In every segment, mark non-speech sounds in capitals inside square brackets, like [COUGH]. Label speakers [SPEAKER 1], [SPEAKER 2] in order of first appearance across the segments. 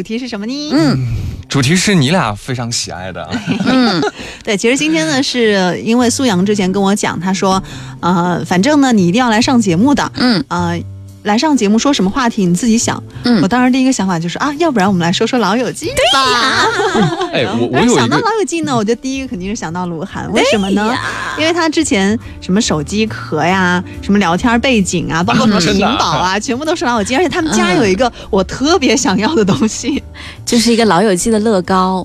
[SPEAKER 1] 主题是什么呢？
[SPEAKER 2] 嗯
[SPEAKER 3] 主题是你俩非常喜爱的，
[SPEAKER 2] [LAUGHS] 嗯，
[SPEAKER 1] 对，其实今天呢，是因为苏阳之前跟我讲，他说，呃，反正呢，你一定要来上节目的，
[SPEAKER 2] 嗯，
[SPEAKER 1] 呃，来上节目说什么话题你自己想。
[SPEAKER 2] 嗯
[SPEAKER 1] 我当时第一个想法就是啊，要不然我们来说说《老友记》吧。
[SPEAKER 3] 哎，我我
[SPEAKER 1] 但是
[SPEAKER 3] 有一
[SPEAKER 1] 想到《
[SPEAKER 3] 个
[SPEAKER 1] 老友记》呢，我觉得第一个肯定是想到鹿晗，为什么呢？因为他之前什么手机壳呀，什么聊天背景啊，包括什么
[SPEAKER 3] 真
[SPEAKER 1] 屏
[SPEAKER 3] 的啊
[SPEAKER 1] 保啊，全部都是《老友记》，而且他们家有一个我特别想要的东西，
[SPEAKER 2] 就是一个老友记的乐 [LAUGHS] 高，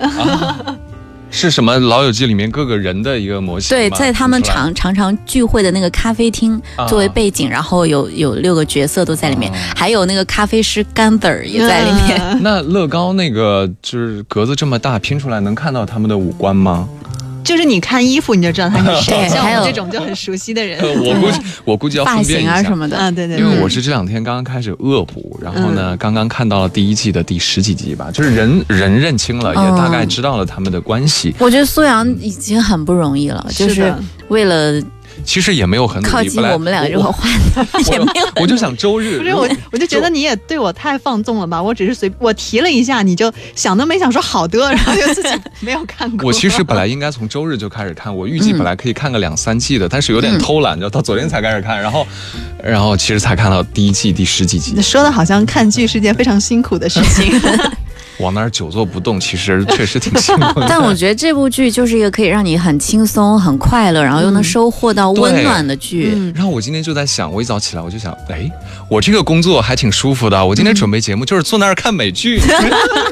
[SPEAKER 3] 是什么《老友记》里面各个人的一个模型吗，
[SPEAKER 2] 对，在他们
[SPEAKER 3] 是吧
[SPEAKER 2] 常常常聚会的那个咖啡厅
[SPEAKER 3] 啊
[SPEAKER 2] 作为背景，然后有有六个角色都在里面
[SPEAKER 3] 啊，
[SPEAKER 2] 还有那个咖啡师甘子儿也在里 [LAUGHS] 面。
[SPEAKER 1] 嗯。
[SPEAKER 3] 那乐高那个就是格子这么大拼出来，能看到他们的五官吗？
[SPEAKER 1] 就是你看衣服你就知道他是谁，
[SPEAKER 2] 对
[SPEAKER 1] 像
[SPEAKER 2] 还
[SPEAKER 1] 我
[SPEAKER 2] 有
[SPEAKER 1] 们这种就很熟悉的人
[SPEAKER 3] 呃，。 [LAUGHS] 我估计我估计要
[SPEAKER 2] 嗯发
[SPEAKER 3] 分辨一
[SPEAKER 2] 型
[SPEAKER 3] 下
[SPEAKER 2] 啊什么
[SPEAKER 1] [LAUGHS]
[SPEAKER 2] 的，
[SPEAKER 1] 啊，对对，对
[SPEAKER 3] 因为我是这两天刚刚开始恶补，然后
[SPEAKER 2] 嗯
[SPEAKER 3] 呢，刚刚看到了第一季的第十几集吧，就是人人认清了，
[SPEAKER 2] 哦
[SPEAKER 3] 也大概知道了他们的关系，
[SPEAKER 2] 我觉得苏阳已经很不容易
[SPEAKER 1] 嗯
[SPEAKER 2] 了，就是是
[SPEAKER 1] 的
[SPEAKER 2] 为了
[SPEAKER 3] 其实也没有很努力
[SPEAKER 2] 靠近
[SPEAKER 3] 本来
[SPEAKER 2] 我们俩这个
[SPEAKER 3] 我
[SPEAKER 2] 话
[SPEAKER 3] 我
[SPEAKER 2] 题，也没 [LAUGHS] 有。
[SPEAKER 3] 我就想周日，
[SPEAKER 1] 不是我，我就觉得你也对我太放纵了吧？我只是随我提了一下，你就想都没想说好的，然后就自己没有看
[SPEAKER 2] [LAUGHS]
[SPEAKER 1] 过。
[SPEAKER 3] 我其实本来应该从周日就开始看，我预计
[SPEAKER 2] 嗯
[SPEAKER 3] 本来可以看个两三季的，但是有点偷懒，就到昨天才开始看，然后，然后其实才看到第一季第十
[SPEAKER 2] [LAUGHS]
[SPEAKER 3] 几集，
[SPEAKER 1] [LAUGHS] 说的好像看剧是件非常辛苦的事情。
[SPEAKER 3] 往那儿久坐不动，其实确实挺辛
[SPEAKER 2] [LAUGHS]
[SPEAKER 3] 苦的。
[SPEAKER 2] 但我觉得这部剧就是一个可以让你很轻松、很快乐，然后又能收获到温暖的剧。
[SPEAKER 1] 嗯
[SPEAKER 3] [LAUGHS] 然后我今天就在想，我一早起来我就想，哎，我这个工作还挺舒服的。我今
[SPEAKER 2] 嗯
[SPEAKER 3] 天准备节目就是坐那儿看
[SPEAKER 2] [LAUGHS]
[SPEAKER 3] 美剧，
[SPEAKER 2] 啊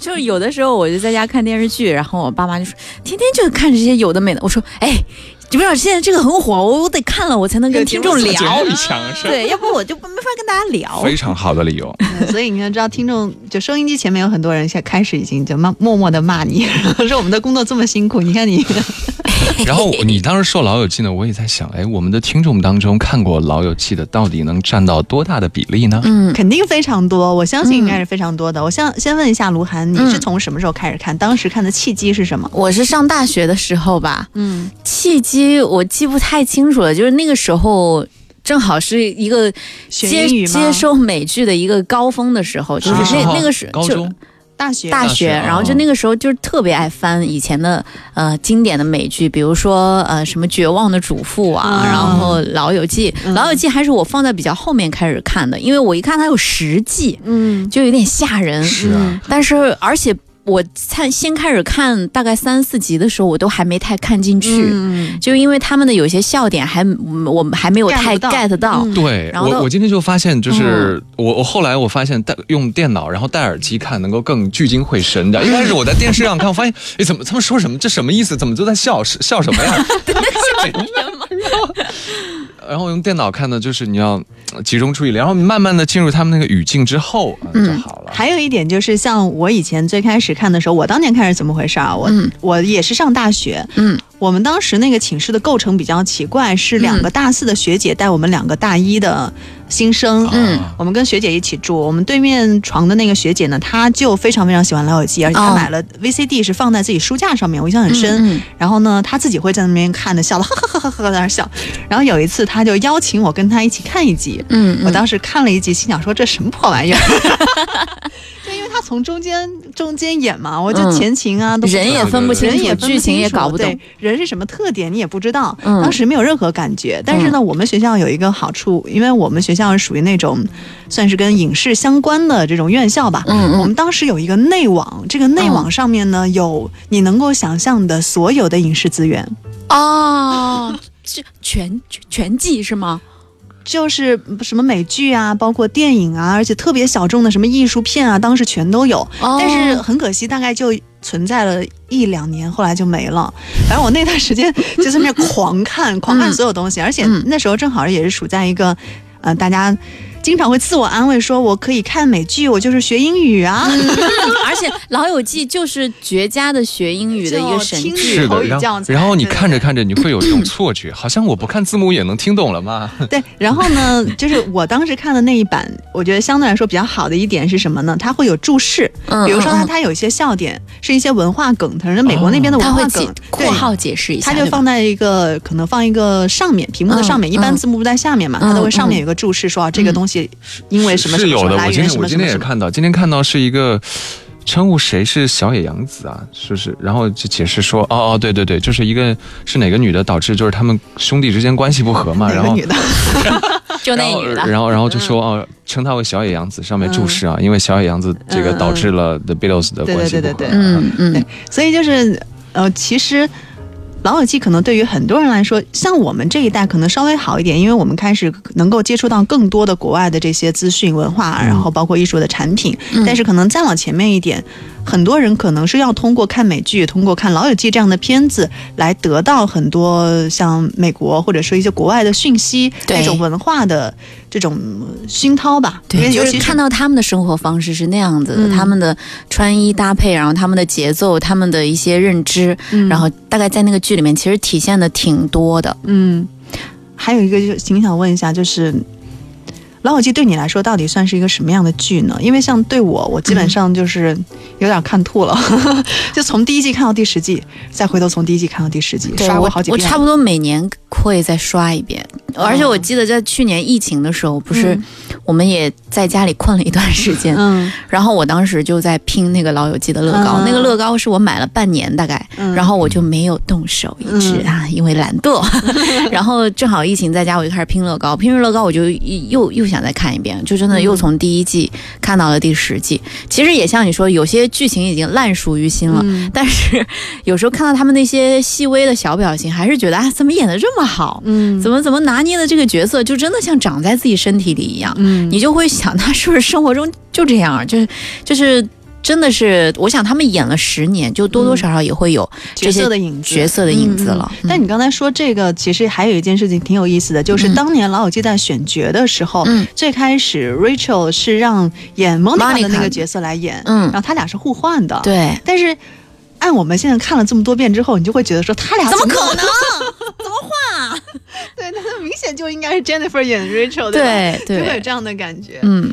[SPEAKER 2] 就是有的时候我就在家看电视剧，然后我爸妈就说，天天就看这些有的没的。我说，哎，你不知道现在这个很火，我得看了我才能跟听众
[SPEAKER 3] 节
[SPEAKER 2] 聊啊
[SPEAKER 3] 目。一强是
[SPEAKER 2] 对，要不我就没法跟大家聊。
[SPEAKER 3] [LAUGHS] 非常好的
[SPEAKER 2] [LAUGHS]
[SPEAKER 3] 理由。
[SPEAKER 1] 嗯所以你看，知道听众就收音机前面有很多人，现在开始已经就骂默默的骂你，说我们的工作这么辛苦，你看你
[SPEAKER 3] 然后你当时说《老友记》呢，我也在想，哎，我们的听众当中看过《老友记》的到底能占到多大的比例呢？
[SPEAKER 2] 嗯，
[SPEAKER 1] 肯定非常多，我相信应该是非常多的。我想先问一下卢涵，你
[SPEAKER 2] 嗯
[SPEAKER 1] 是从什么时候开始看？当时看的契机是什么？
[SPEAKER 2] 我是上大学的时候吧，
[SPEAKER 1] 嗯，
[SPEAKER 2] 契机我记不太清楚了，就是那个时候。正好是一个
[SPEAKER 1] 学
[SPEAKER 2] 接
[SPEAKER 1] 英语吗？
[SPEAKER 2] 接受美剧的一个高峰的时候，就
[SPEAKER 1] 什么
[SPEAKER 2] 是
[SPEAKER 1] 时
[SPEAKER 2] 那
[SPEAKER 3] 候
[SPEAKER 2] 那个时
[SPEAKER 3] 高
[SPEAKER 2] 就
[SPEAKER 3] 中
[SPEAKER 1] 大学嗯
[SPEAKER 2] 大
[SPEAKER 3] 大
[SPEAKER 2] 学，
[SPEAKER 3] 学
[SPEAKER 2] 然后就
[SPEAKER 3] 哦
[SPEAKER 2] 那个时候就是特别爱翻以前的呃经典的美剧，比如说呃什么《绝望的主妇》啊，
[SPEAKER 1] 嗯
[SPEAKER 2] 然后《老友记》
[SPEAKER 1] 嗯
[SPEAKER 2] 老友记》还是我放在比较后面开始看的，因为我一看它有十季，
[SPEAKER 1] 嗯，
[SPEAKER 2] 就有嗯点吓人。
[SPEAKER 3] 是啊，
[SPEAKER 2] 但是而且我看先开始看大概三四集的时候，我都还没太看进去，
[SPEAKER 1] 嗯
[SPEAKER 2] 就因为他们的有些笑点还嗯我还没有
[SPEAKER 1] get
[SPEAKER 2] 太
[SPEAKER 1] 不到
[SPEAKER 2] get 到。
[SPEAKER 1] 嗯
[SPEAKER 3] 对
[SPEAKER 2] 然后到
[SPEAKER 3] 我，我今天就发现，就是、我，我后来我发现戴用电脑，然后戴耳机看，能够更聚精会神点。一开始我在电视上看，我发现，哎，怎么他们说什么？这什么意思？怎么都在笑？是笑什
[SPEAKER 1] [LAUGHS]
[SPEAKER 3] 么呀？ [LAUGHS] 然后用电脑看呢，就是你要呃集中注意力，然后你慢慢的进入他们那个语境之后，嗯，就好了。
[SPEAKER 1] 还有一点就是，像我以前最开始看的时候，我当年看是怎么回事啊？我、
[SPEAKER 2] 嗯
[SPEAKER 1] 我也是上大学，
[SPEAKER 2] 嗯，
[SPEAKER 1] 我们当时那个寝室的构成比较奇怪，是两
[SPEAKER 2] 嗯
[SPEAKER 1] 个大四的学姐带我们两个大一的新生，
[SPEAKER 2] 嗯
[SPEAKER 3] 啊
[SPEAKER 1] 我们跟学姐一起住，我们对面床的那个学姐呢，她就非常非常喜欢老友记，而且她
[SPEAKER 2] 哦
[SPEAKER 1] 买了 VCD 是放在自己书架上面，我印象很深。
[SPEAKER 2] 嗯嗯
[SPEAKER 1] 然后呢，她自己会在那边看着笑的，哈哈哈哈哈哈在那儿笑。然后有一次，她就邀请我跟她一起看一集，
[SPEAKER 2] 嗯，嗯
[SPEAKER 1] 我当时看了一集，心想说这什么破玩意儿。 [LAUGHS] 就因为他从中间中间演嘛，我就
[SPEAKER 2] 嗯
[SPEAKER 1] 前情啊，都不
[SPEAKER 2] 人也分不清
[SPEAKER 1] 人
[SPEAKER 2] 楚，
[SPEAKER 1] 也分
[SPEAKER 2] 剧情也
[SPEAKER 1] 清楚
[SPEAKER 2] 搞不懂
[SPEAKER 1] 对。人是什么特点你也不知道，
[SPEAKER 2] 嗯
[SPEAKER 1] 当时没有任何感觉。但是呢，我们学校有一个好处，因为我们学校是属于那种算是跟影视相关的这种院校吧。
[SPEAKER 2] 嗯
[SPEAKER 1] 我们当时有一个内网，这个内网上面呢、有你能够想象的所有的影视资源，
[SPEAKER 2] 哦，是全全季是吗？
[SPEAKER 1] 就是什么美剧啊，包括电影啊，而且特别小众的什么艺术片啊，当时全都有。
[SPEAKER 2] 哦
[SPEAKER 1] 但是很可惜，大概就存在了一两年，后来就没了。反正我那段时间就在那边狂
[SPEAKER 2] [LAUGHS]
[SPEAKER 1] 看，狂看所有东西，而且
[SPEAKER 2] 嗯
[SPEAKER 1] 那时候正好也是处在一个，呃，大家经常会自我安慰说，我可以看美剧，我就是学英语啊，
[SPEAKER 2] 嗯而且《老友记》就是绝佳的学英语的一个神
[SPEAKER 1] 就听
[SPEAKER 2] 剧。
[SPEAKER 3] 是
[SPEAKER 1] 口
[SPEAKER 3] 的，
[SPEAKER 1] 语
[SPEAKER 3] 然
[SPEAKER 1] 教
[SPEAKER 3] 后
[SPEAKER 1] 材
[SPEAKER 3] 然后你
[SPEAKER 1] 对对
[SPEAKER 3] 看着看着，你会有一种错觉，好像我不看字幕也能听懂了嘛。
[SPEAKER 1] [LAUGHS] 对，然后呢，就是我当时看的那一版，我觉得相对来说比较好的一点是什么呢？它会有注释，
[SPEAKER 2] 嗯
[SPEAKER 1] 比如说它
[SPEAKER 2] 嗯嗯
[SPEAKER 1] 它有一些笑点是一些文化梗，可能美国那边的文
[SPEAKER 2] 他
[SPEAKER 1] 化
[SPEAKER 2] 会解
[SPEAKER 1] 梗，对
[SPEAKER 2] 括号解释一下，
[SPEAKER 1] 它就
[SPEAKER 2] 对吧
[SPEAKER 1] 放在一个可能放一个上面屏幕的上面，
[SPEAKER 2] 嗯
[SPEAKER 1] 一般字幕不在下面嘛，
[SPEAKER 2] 嗯
[SPEAKER 1] 它都会上面有一个注释说啊这个东西，因为什么什
[SPEAKER 3] 嗯是
[SPEAKER 1] 么什
[SPEAKER 3] 有
[SPEAKER 1] 么
[SPEAKER 3] 的，
[SPEAKER 1] 来
[SPEAKER 3] 我今
[SPEAKER 1] 源
[SPEAKER 3] 天
[SPEAKER 1] 什
[SPEAKER 3] 我
[SPEAKER 1] 么
[SPEAKER 3] 今
[SPEAKER 1] 什么
[SPEAKER 3] 天也
[SPEAKER 1] 什么，
[SPEAKER 3] 看到，今天看到是一个称呼谁是小野洋子啊，是不是？然后就解释说，哦哦，对对对，就是一个是哪个女的导致就是他们兄弟之间关系不和嘛，
[SPEAKER 1] [LAUGHS] 哪
[SPEAKER 3] 然
[SPEAKER 1] 个
[SPEAKER 3] 后
[SPEAKER 1] 女的？
[SPEAKER 2] 就那
[SPEAKER 3] 然后
[SPEAKER 2] 女的，
[SPEAKER 3] 然后然
[SPEAKER 1] 嗯
[SPEAKER 3] 后就说哦，称她为小野洋子，上面注释啊，因为小野洋子这个
[SPEAKER 1] 嗯嗯
[SPEAKER 3] 导致了 The Beatles 的
[SPEAKER 1] 对对
[SPEAKER 3] 关系不
[SPEAKER 1] 对
[SPEAKER 3] 和
[SPEAKER 1] 对对
[SPEAKER 3] 啊。
[SPEAKER 2] 嗯嗯，
[SPEAKER 1] 所以就是呃，其实。老友记可能对于很多人来说，像我们这一代可能稍微好一点，因为我们开始能够接触到更多的国外的这些资讯、文化，然后包括艺术的产品。
[SPEAKER 2] 嗯
[SPEAKER 1] 但是可能再往前面一点，很多人可能是要通过看美剧、通过看《老友记》这样的片子来得到很多像美国或者说一些国外的讯息，
[SPEAKER 2] 对
[SPEAKER 1] 那种文化的这种熏陶吧。因
[SPEAKER 2] 对，
[SPEAKER 1] 为
[SPEAKER 2] 就
[SPEAKER 1] 尤
[SPEAKER 2] 是
[SPEAKER 1] 其嗯
[SPEAKER 2] 看到他们的生活方式是那样子的，他们的穿衣搭配，然后他们的节奏，他们的一些认知，
[SPEAKER 1] 嗯
[SPEAKER 2] 然后大概在那个剧里面其实体现的挺多的。
[SPEAKER 1] 嗯，还有一个就是挺想问一下，就是《老友记》对你来说到底算是一个什么样的剧呢？因为像对我，我基本上就是有点看吐了， [LAUGHS] 就从第一季看到第十季，再回头从第一季看到第十季，
[SPEAKER 2] 对
[SPEAKER 1] 刷过
[SPEAKER 2] 我
[SPEAKER 1] 好几
[SPEAKER 2] 我
[SPEAKER 1] 遍。哦
[SPEAKER 2] 差不多每年会再刷一遍，而且我记得在去年疫情的时候，不是我们也在家里困了一段时间，
[SPEAKER 1] 嗯，
[SPEAKER 2] 然后我当时就在拼那个老友记的乐高，
[SPEAKER 1] 嗯
[SPEAKER 2] 那个乐高是我买了半年大概，
[SPEAKER 1] 嗯
[SPEAKER 2] 然后我就没有动手一直啊，因为懒
[SPEAKER 1] [LAUGHS]
[SPEAKER 2] 惰。然后正好疫情在家，我就开始拼乐高，拼了乐高我就一又又想再看一遍，就真的
[SPEAKER 1] 嗯
[SPEAKER 2] 又从第一季看到了第十季。其实也像你说，有些剧情已经烂熟于
[SPEAKER 1] 嗯
[SPEAKER 2] 心了，但是有时候看到他们那些细微的小表情，还是觉得啊，怎么演的这么好？
[SPEAKER 1] 嗯
[SPEAKER 2] 怎么怎么拿捏的这个角色，就真的像长在自己身体里一样。
[SPEAKER 1] 嗯
[SPEAKER 2] 你就会想，他是不是生活中就这样？就是就是，真的是，我想他们演了十年，就多多少少也会有
[SPEAKER 1] 角
[SPEAKER 2] 这些
[SPEAKER 1] 色的影子，
[SPEAKER 2] 角色的影子了。嗯
[SPEAKER 1] 但你刚才说这个，其实还有一件事情挺有意思的，就是
[SPEAKER 2] 嗯
[SPEAKER 1] 当年老友记在选角的时候，
[SPEAKER 2] 嗯
[SPEAKER 1] 最开始 Rachel 是让演 Monica 的那
[SPEAKER 2] Monica
[SPEAKER 1] 个角色来演，然
[SPEAKER 2] 嗯，
[SPEAKER 1] 后他俩是互换的，
[SPEAKER 2] 对，
[SPEAKER 1] 但是按我们现在看了这么多遍之后，你就会觉得说他俩
[SPEAKER 2] 怎么可
[SPEAKER 1] 能？
[SPEAKER 2] 能？
[SPEAKER 1] 对，那他明显就应该是 Jennifer 演 Rachel 吧
[SPEAKER 2] 对
[SPEAKER 1] 就会有
[SPEAKER 2] 对，
[SPEAKER 1] 这样的感觉。
[SPEAKER 2] 嗯，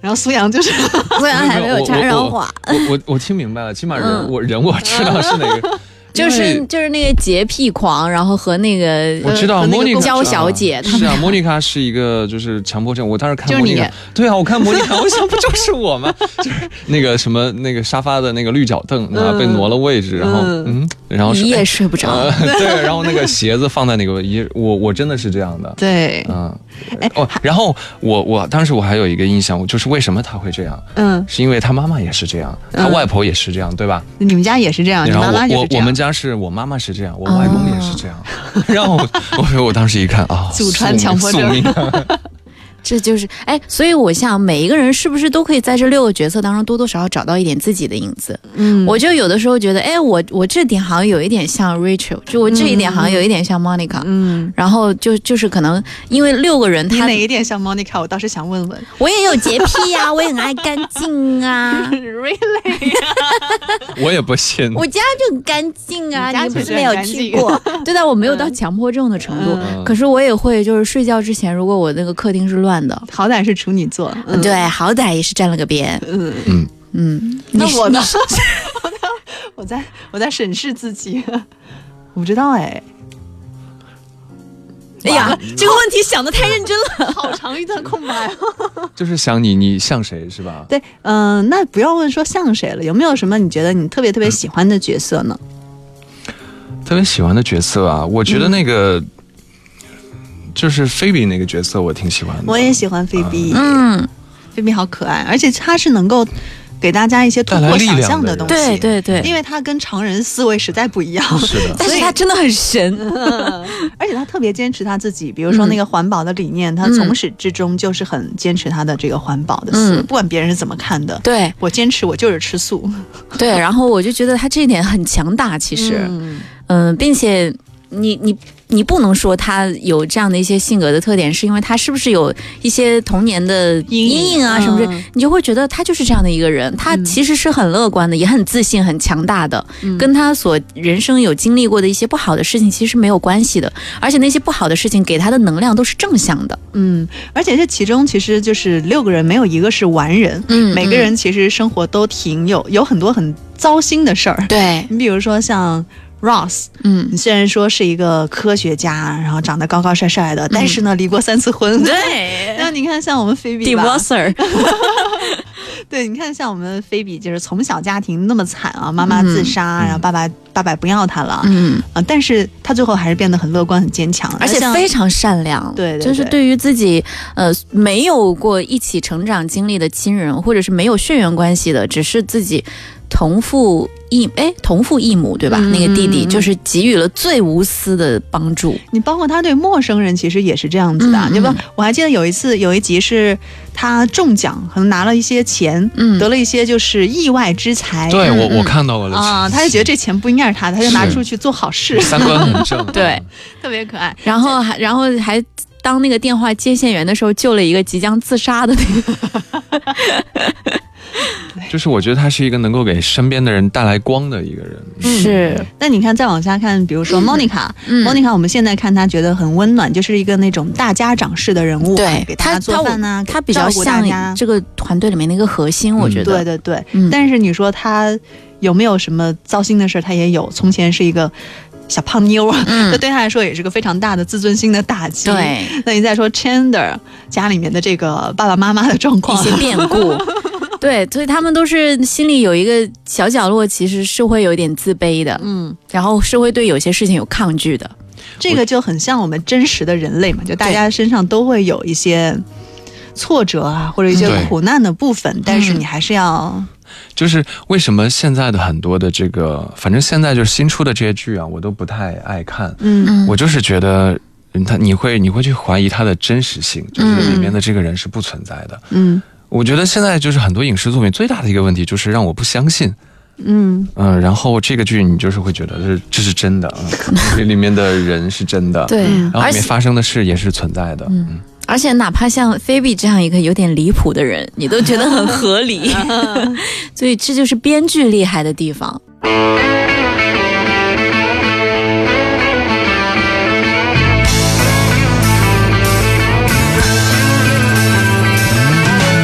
[SPEAKER 1] 然后苏阳就是
[SPEAKER 2] 虽然还没有插上
[SPEAKER 3] 我
[SPEAKER 2] 话，
[SPEAKER 3] 我我我听明白了，起码人
[SPEAKER 2] 嗯
[SPEAKER 3] 我人我知道是哪
[SPEAKER 1] 嗯 [LAUGHS]
[SPEAKER 3] 个，
[SPEAKER 2] 就是
[SPEAKER 3] 因为
[SPEAKER 2] 就是那个洁癖狂，然后和呃那个
[SPEAKER 3] 我知道
[SPEAKER 1] 和那个
[SPEAKER 3] 莫妮卡
[SPEAKER 2] 娇小姐她们
[SPEAKER 3] 是啊，莫妮卡是一个就是强迫症。我当时看
[SPEAKER 2] 就是
[SPEAKER 3] 莫妮卡
[SPEAKER 2] 你，
[SPEAKER 3] 对啊，我看莫妮卡，我想不就是我吗？就是那个什么那个沙发的那个绿脚凳啊，
[SPEAKER 1] 嗯
[SPEAKER 3] 被挪了位置，然后
[SPEAKER 1] 嗯
[SPEAKER 3] 嗯，然后是
[SPEAKER 2] 一
[SPEAKER 3] 哎
[SPEAKER 2] 夜睡不着。
[SPEAKER 3] 呃，对，然后那个鞋子放在那个一，我我真的是这样的，
[SPEAKER 1] 对，
[SPEAKER 3] 嗯
[SPEAKER 1] 哎，
[SPEAKER 3] 哦，然后我我当时我还有一个印象，就是为什么他会这样，
[SPEAKER 1] 嗯，
[SPEAKER 3] 是因为他妈妈也是这样，他
[SPEAKER 1] 嗯
[SPEAKER 3] 外婆也是这样，对吧？
[SPEAKER 1] 你们家也是这啊样，你
[SPEAKER 3] 然后
[SPEAKER 1] 妈妈
[SPEAKER 3] 我
[SPEAKER 1] 也是这
[SPEAKER 3] 我
[SPEAKER 1] 样。
[SPEAKER 3] 我们家是我妈妈是这样，我外公也是
[SPEAKER 1] [LAUGHS]
[SPEAKER 3] 这样，然后我我我当时一看啊，
[SPEAKER 1] 祖传强迫症
[SPEAKER 3] 宿命，宿命
[SPEAKER 2] 这就是哎，所以我想每一个人是不是都可以在这六个角色当中多多少少找到一点自己的影子？
[SPEAKER 1] 嗯
[SPEAKER 2] 我就有的时候觉得，哎，我我这点好像有一点像 Rachel，就我这一点好像有一点像 Monica，、
[SPEAKER 1] 嗯，
[SPEAKER 2] 然后就就是可能因为六个人
[SPEAKER 1] 你
[SPEAKER 2] 他，
[SPEAKER 1] 哪一点像 Monica？我倒是想问问。
[SPEAKER 2] 我也有洁癖呀、我也很爱干
[SPEAKER 1] [LAUGHS]
[SPEAKER 2] 净啊，
[SPEAKER 1] [LAUGHS] really？
[SPEAKER 3] 我也不信。
[SPEAKER 2] 我家就很干净啊，
[SPEAKER 1] 你家
[SPEAKER 2] 你不
[SPEAKER 1] 确实
[SPEAKER 2] 是没有去过？ [LAUGHS] 对的，我没有到强迫症的程度，
[SPEAKER 1] 嗯
[SPEAKER 2] 可是我也会就是睡觉之前，如果我那个客厅是乱的，
[SPEAKER 1] 好歹是处女座。嗯，
[SPEAKER 2] 对，好歹也是占了个边，
[SPEAKER 1] 嗯，
[SPEAKER 2] 嗯，
[SPEAKER 1] 那
[SPEAKER 2] 你
[SPEAKER 1] [LAUGHS]
[SPEAKER 2] 是
[SPEAKER 1] 我呢
[SPEAKER 2] 你是？
[SPEAKER 1] 我在我在审视自己， [LAUGHS] 我不知道哎，
[SPEAKER 2] 哎呀，这个问题想的太认真了。
[SPEAKER 1] 好长一段空白哦。
[SPEAKER 3] 就是想你，你像谁是吧？
[SPEAKER 1] [LAUGHS] 对，嗯、那不要问说像谁了，有没有什么你觉得你特别
[SPEAKER 3] 嗯
[SPEAKER 1] 特别喜欢的角色呢？
[SPEAKER 3] 特别喜欢的角色啊，我觉得那个、就是菲比那个角色，我挺喜欢的。
[SPEAKER 1] 我也喜欢菲比，
[SPEAKER 2] 嗯，
[SPEAKER 1] 菲比好可爱，而且她是能够给大家一些突
[SPEAKER 3] 带来
[SPEAKER 1] 破
[SPEAKER 3] 力
[SPEAKER 1] 想
[SPEAKER 3] 量
[SPEAKER 1] 象
[SPEAKER 3] 的
[SPEAKER 1] 东
[SPEAKER 3] 人
[SPEAKER 1] 西，
[SPEAKER 2] 对对对，
[SPEAKER 1] 因为她跟常人思维实在不一样，
[SPEAKER 3] 是的，
[SPEAKER 2] 但是他真的很
[SPEAKER 1] 嗯
[SPEAKER 2] 神，
[SPEAKER 1] [LAUGHS] 而且她特别坚持她自己，比如说
[SPEAKER 2] 嗯
[SPEAKER 1] 那个环保的理念，她从始至终就是很坚持她的这个环保的思维，
[SPEAKER 2] 嗯
[SPEAKER 1] 不管别人是怎么看的。
[SPEAKER 2] 对
[SPEAKER 1] 我坚持，我就是吃素。
[SPEAKER 2] 对，然后我就觉得他这一点很强大，其实，
[SPEAKER 1] 嗯
[SPEAKER 2] 嗯、并且你你你不能说他有这样的一些性格的特点，是因为他是不是有一些童年的
[SPEAKER 1] 阴影
[SPEAKER 2] 阴影啊什么之类
[SPEAKER 1] 嗯
[SPEAKER 2] 你就会觉得他就是这样的一个人，他其实是很乐观的，也很自信、很强大的，
[SPEAKER 1] 嗯
[SPEAKER 2] 跟他所人生有经历过的一些不好的事情其实没有关系的，而且那些不好的事情给他的能量都是正向的，
[SPEAKER 1] 嗯，而且这其中其实就是六个人，没有一个是完人，
[SPEAKER 2] 嗯
[SPEAKER 1] 每个人其实生活都挺有有很多很糟心的事儿。
[SPEAKER 2] 对
[SPEAKER 1] 你比如说像 Ross，
[SPEAKER 2] 嗯，
[SPEAKER 1] 虽然说是一个科学家，然后长得高高帅帅
[SPEAKER 2] 嗯
[SPEAKER 1] 的，但是呢，离过三次
[SPEAKER 2] [LAUGHS]
[SPEAKER 1] 婚。
[SPEAKER 2] 对
[SPEAKER 1] 那你看，像我们菲比吧，
[SPEAKER 2] ，divorcer，
[SPEAKER 1] 对，你看像我们菲比，就是从小家庭那么惨啊，妈妈自杀，然后爸爸爸爸不要她了，
[SPEAKER 2] 嗯，
[SPEAKER 1] 啊，但是她最后还是变得很乐观、很坚强，
[SPEAKER 2] [LAUGHS]
[SPEAKER 1] 啊
[SPEAKER 2] 而且
[SPEAKER 1] 像
[SPEAKER 2] 非常善良，
[SPEAKER 1] 对对对
[SPEAKER 2] 就是对于自己呃没有过一起成长经历的亲人，或者是没有血缘关系的，只是自己同父异哎同父异母对吧？
[SPEAKER 1] 嗯
[SPEAKER 2] 那个弟弟就是给予了最无私的帮助，
[SPEAKER 1] 你包括他对陌生人其实也是这样子的，
[SPEAKER 2] 嗯
[SPEAKER 1] 对吧
[SPEAKER 2] 嗯？
[SPEAKER 1] 我还记得有一次有一集是他中奖，可能拿了一些钱，
[SPEAKER 2] 嗯
[SPEAKER 1] 得了一些就是意外之财，
[SPEAKER 3] 对我
[SPEAKER 2] 嗯
[SPEAKER 3] 我看到过了
[SPEAKER 1] 啊、他就觉得这钱不应该是他的，他就是拿出去做好事， [LAUGHS]
[SPEAKER 3] 三观很正，啊
[SPEAKER 2] 对，
[SPEAKER 1] 特别可爱。
[SPEAKER 2] 然后还然后还。当那个电话接线员的时候，救了一个即将自杀的那个。
[SPEAKER 3] 就是我觉得他是一个能够给身边的人带来光的一个人。
[SPEAKER 1] 嗯
[SPEAKER 2] 是，
[SPEAKER 1] 那你看，再往下看，比如说 Monica，Monica，、
[SPEAKER 2] 嗯
[SPEAKER 1] Monica 我们现在看她觉得很温暖，就是一个那种大家长式的人物啊，
[SPEAKER 2] 对
[SPEAKER 1] 给大
[SPEAKER 2] 他
[SPEAKER 1] 家做饭呐、
[SPEAKER 2] 他比较
[SPEAKER 1] 照顾大
[SPEAKER 2] 像
[SPEAKER 1] 家
[SPEAKER 2] 这个团队里面的一个核心，我觉
[SPEAKER 1] 对
[SPEAKER 2] 得。
[SPEAKER 1] 对对。
[SPEAKER 2] 嗯
[SPEAKER 1] 但是你说他有没有什么糟心的事儿？他也有，从前是一个小胖妞啊，
[SPEAKER 2] 嗯
[SPEAKER 1] [LAUGHS] 这、对他来说也是个非常大的自尊心的打击。，
[SPEAKER 2] 对，
[SPEAKER 1] 那你再说 Chandler 家里面的这个爸爸妈妈的状
[SPEAKER 2] 一
[SPEAKER 1] 况， [LAUGHS]
[SPEAKER 2] 些变故。 [LAUGHS] 对，所以他们都是心里有一个小角落，其实是会有一点自卑的，
[SPEAKER 1] 嗯，
[SPEAKER 2] 然后是会对有些事情有抗拒的。
[SPEAKER 1] 这个就很像我们真实的人类嘛，就大家身上都会有一些。挫折啊，或者一些
[SPEAKER 3] 对
[SPEAKER 1] 苦难的部分，但是你还是要，
[SPEAKER 3] 就是为什么现在的很多的这个，反正现在就是新出的这些剧啊，我都不太爱看。
[SPEAKER 1] 嗯，
[SPEAKER 2] 嗯
[SPEAKER 3] 我就是觉得嗯他你会你会去怀疑他的真实性，
[SPEAKER 2] 嗯
[SPEAKER 3] 就是里面的这个人是不存在的。
[SPEAKER 1] 嗯，
[SPEAKER 3] 我觉得现在就是很多影视作品最大的一个问题就是让我不相信，
[SPEAKER 1] 嗯，
[SPEAKER 3] 嗯、然后这个剧你就是会觉得这这是真的，嗯，
[SPEAKER 2] [LAUGHS]
[SPEAKER 3] 里面的人是真的，，
[SPEAKER 2] 对
[SPEAKER 1] 嗯，
[SPEAKER 3] 然后
[SPEAKER 2] 而
[SPEAKER 3] 里面
[SPEAKER 2] 且
[SPEAKER 3] 发生的事也是存在的，嗯，
[SPEAKER 2] 而且哪怕像菲比这样一个有点离谱的人，你都觉得很合 [LAUGHS] 理，所以这就是编剧厉害的地方。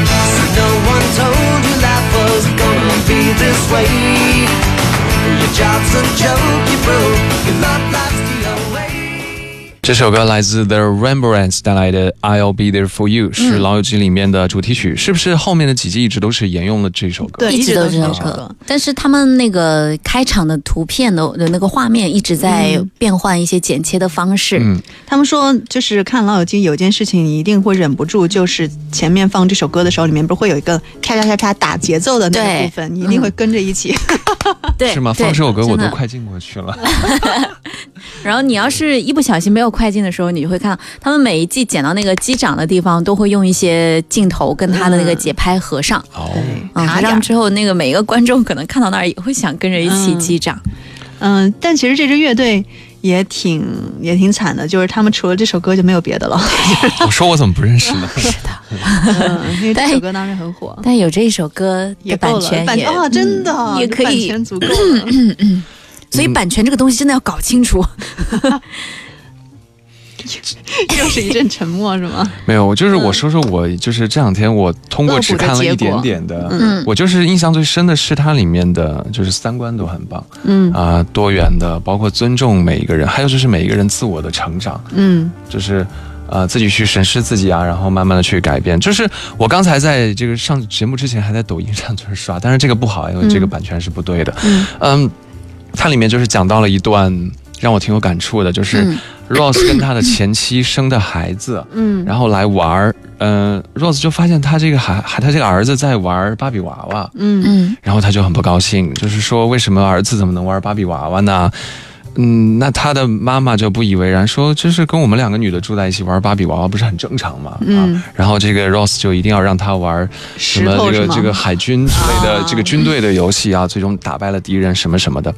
[SPEAKER 4] So no one told you life was gonna be this way. Your job's a joke, you broke, your love life's the away.
[SPEAKER 3] 这首歌来自 The Rembrandts 带来的 I'll Be There for You，是《
[SPEAKER 2] 嗯
[SPEAKER 3] 老友记》里面的主题曲，是不是后面的几季一直都是沿用了这首歌？
[SPEAKER 1] 对，
[SPEAKER 2] 一直都
[SPEAKER 1] 是
[SPEAKER 2] 是这
[SPEAKER 1] 这
[SPEAKER 2] 首
[SPEAKER 1] 首
[SPEAKER 2] 歌
[SPEAKER 1] 歌，，
[SPEAKER 2] 但是他们那个开场的图片的的那个画面一直在
[SPEAKER 1] 嗯
[SPEAKER 2] 变换一些剪切的方式。
[SPEAKER 3] 嗯，
[SPEAKER 1] 他们说，就是看《老友记》有件事情，你一定会忍不住，就是前面放这首歌的时候，里面不是会有一个咔嚓咔嚓打节奏的那
[SPEAKER 2] 对
[SPEAKER 1] 个部分，你一定会跟着一起。
[SPEAKER 2] 对，
[SPEAKER 3] 是吗？
[SPEAKER 2] 对
[SPEAKER 3] 放这首歌我
[SPEAKER 2] 真
[SPEAKER 3] 都
[SPEAKER 2] 的
[SPEAKER 3] 快进过去
[SPEAKER 2] [LAUGHS]
[SPEAKER 3] 了，
[SPEAKER 2] 然后你要是一不小心没有快进的时候，你就会看到他们每一季剪到那个机长的地方，都会用一些镜头跟他的那个节拍合上，
[SPEAKER 3] 哦。
[SPEAKER 2] 嗯，
[SPEAKER 1] 卡
[SPEAKER 2] 合
[SPEAKER 1] 点
[SPEAKER 2] 上
[SPEAKER 1] 儿
[SPEAKER 2] 之后，那个每一个观众可能看到那儿也会想跟着一起击掌。
[SPEAKER 1] 嗯，但其实这支乐队也挺也挺惨的，就是他们除了这首歌就没有别的了，
[SPEAKER 3] 我说我怎么不认识呢？
[SPEAKER 1] 嗯、 [LAUGHS] 因为这
[SPEAKER 2] 对
[SPEAKER 1] 首歌当时很火。
[SPEAKER 2] 但有这一首歌
[SPEAKER 1] 也
[SPEAKER 2] 的
[SPEAKER 1] 够
[SPEAKER 2] 版
[SPEAKER 1] 了，
[SPEAKER 2] 权
[SPEAKER 1] 版
[SPEAKER 2] 也，
[SPEAKER 1] 哦，真的
[SPEAKER 2] 也可
[SPEAKER 1] 版
[SPEAKER 2] 以
[SPEAKER 1] 权足够了。 [LAUGHS]
[SPEAKER 2] 所以版权这个东西真的要搞清楚。
[SPEAKER 1] 又是一阵沉默，是吗？
[SPEAKER 3] 没有，就是我说说我，就是这两天我通过只看了一点点的，
[SPEAKER 2] 嗯
[SPEAKER 3] 我就是印象最深的是它里面的，就是三观都很棒
[SPEAKER 1] 嗯
[SPEAKER 3] 啊、多元的，包括尊重每一个人，还有就是每一个人自我的成长，
[SPEAKER 1] 嗯
[SPEAKER 3] 就是。呃，自己去审视自己啊，然后慢慢的去改变。就是我刚才在这个上节目之前还在抖音上就是刷，但是这个不好，因为这个版权是不对的。
[SPEAKER 1] 嗯
[SPEAKER 3] 嗯，它里面就是讲到了一段让我挺有感触的，就是
[SPEAKER 2] 嗯
[SPEAKER 3] Rose 跟他的前妻生的孩子，
[SPEAKER 1] 嗯
[SPEAKER 3] 然后来玩儿。嗯、r o s e 就发现他这个孩，他这个儿子在玩芭比娃娃，
[SPEAKER 1] 嗯
[SPEAKER 2] 嗯，
[SPEAKER 3] 然后他就很不高兴，就是说为什么儿子怎么能玩芭比娃娃呢？嗯，那他的妈妈就不以为然，说就是跟我们两个女的住在一起玩芭比娃娃不是很正常吗？
[SPEAKER 1] 嗯
[SPEAKER 3] 啊，然后这个 Rose 就一定要让他玩什
[SPEAKER 1] 石
[SPEAKER 3] 么
[SPEAKER 1] 头
[SPEAKER 3] 这
[SPEAKER 1] 是
[SPEAKER 3] 个
[SPEAKER 1] 吗？
[SPEAKER 3] 这个海军之类的
[SPEAKER 1] 啊
[SPEAKER 3] 这个军队的游戏啊，最终打败了敌人什么什么的。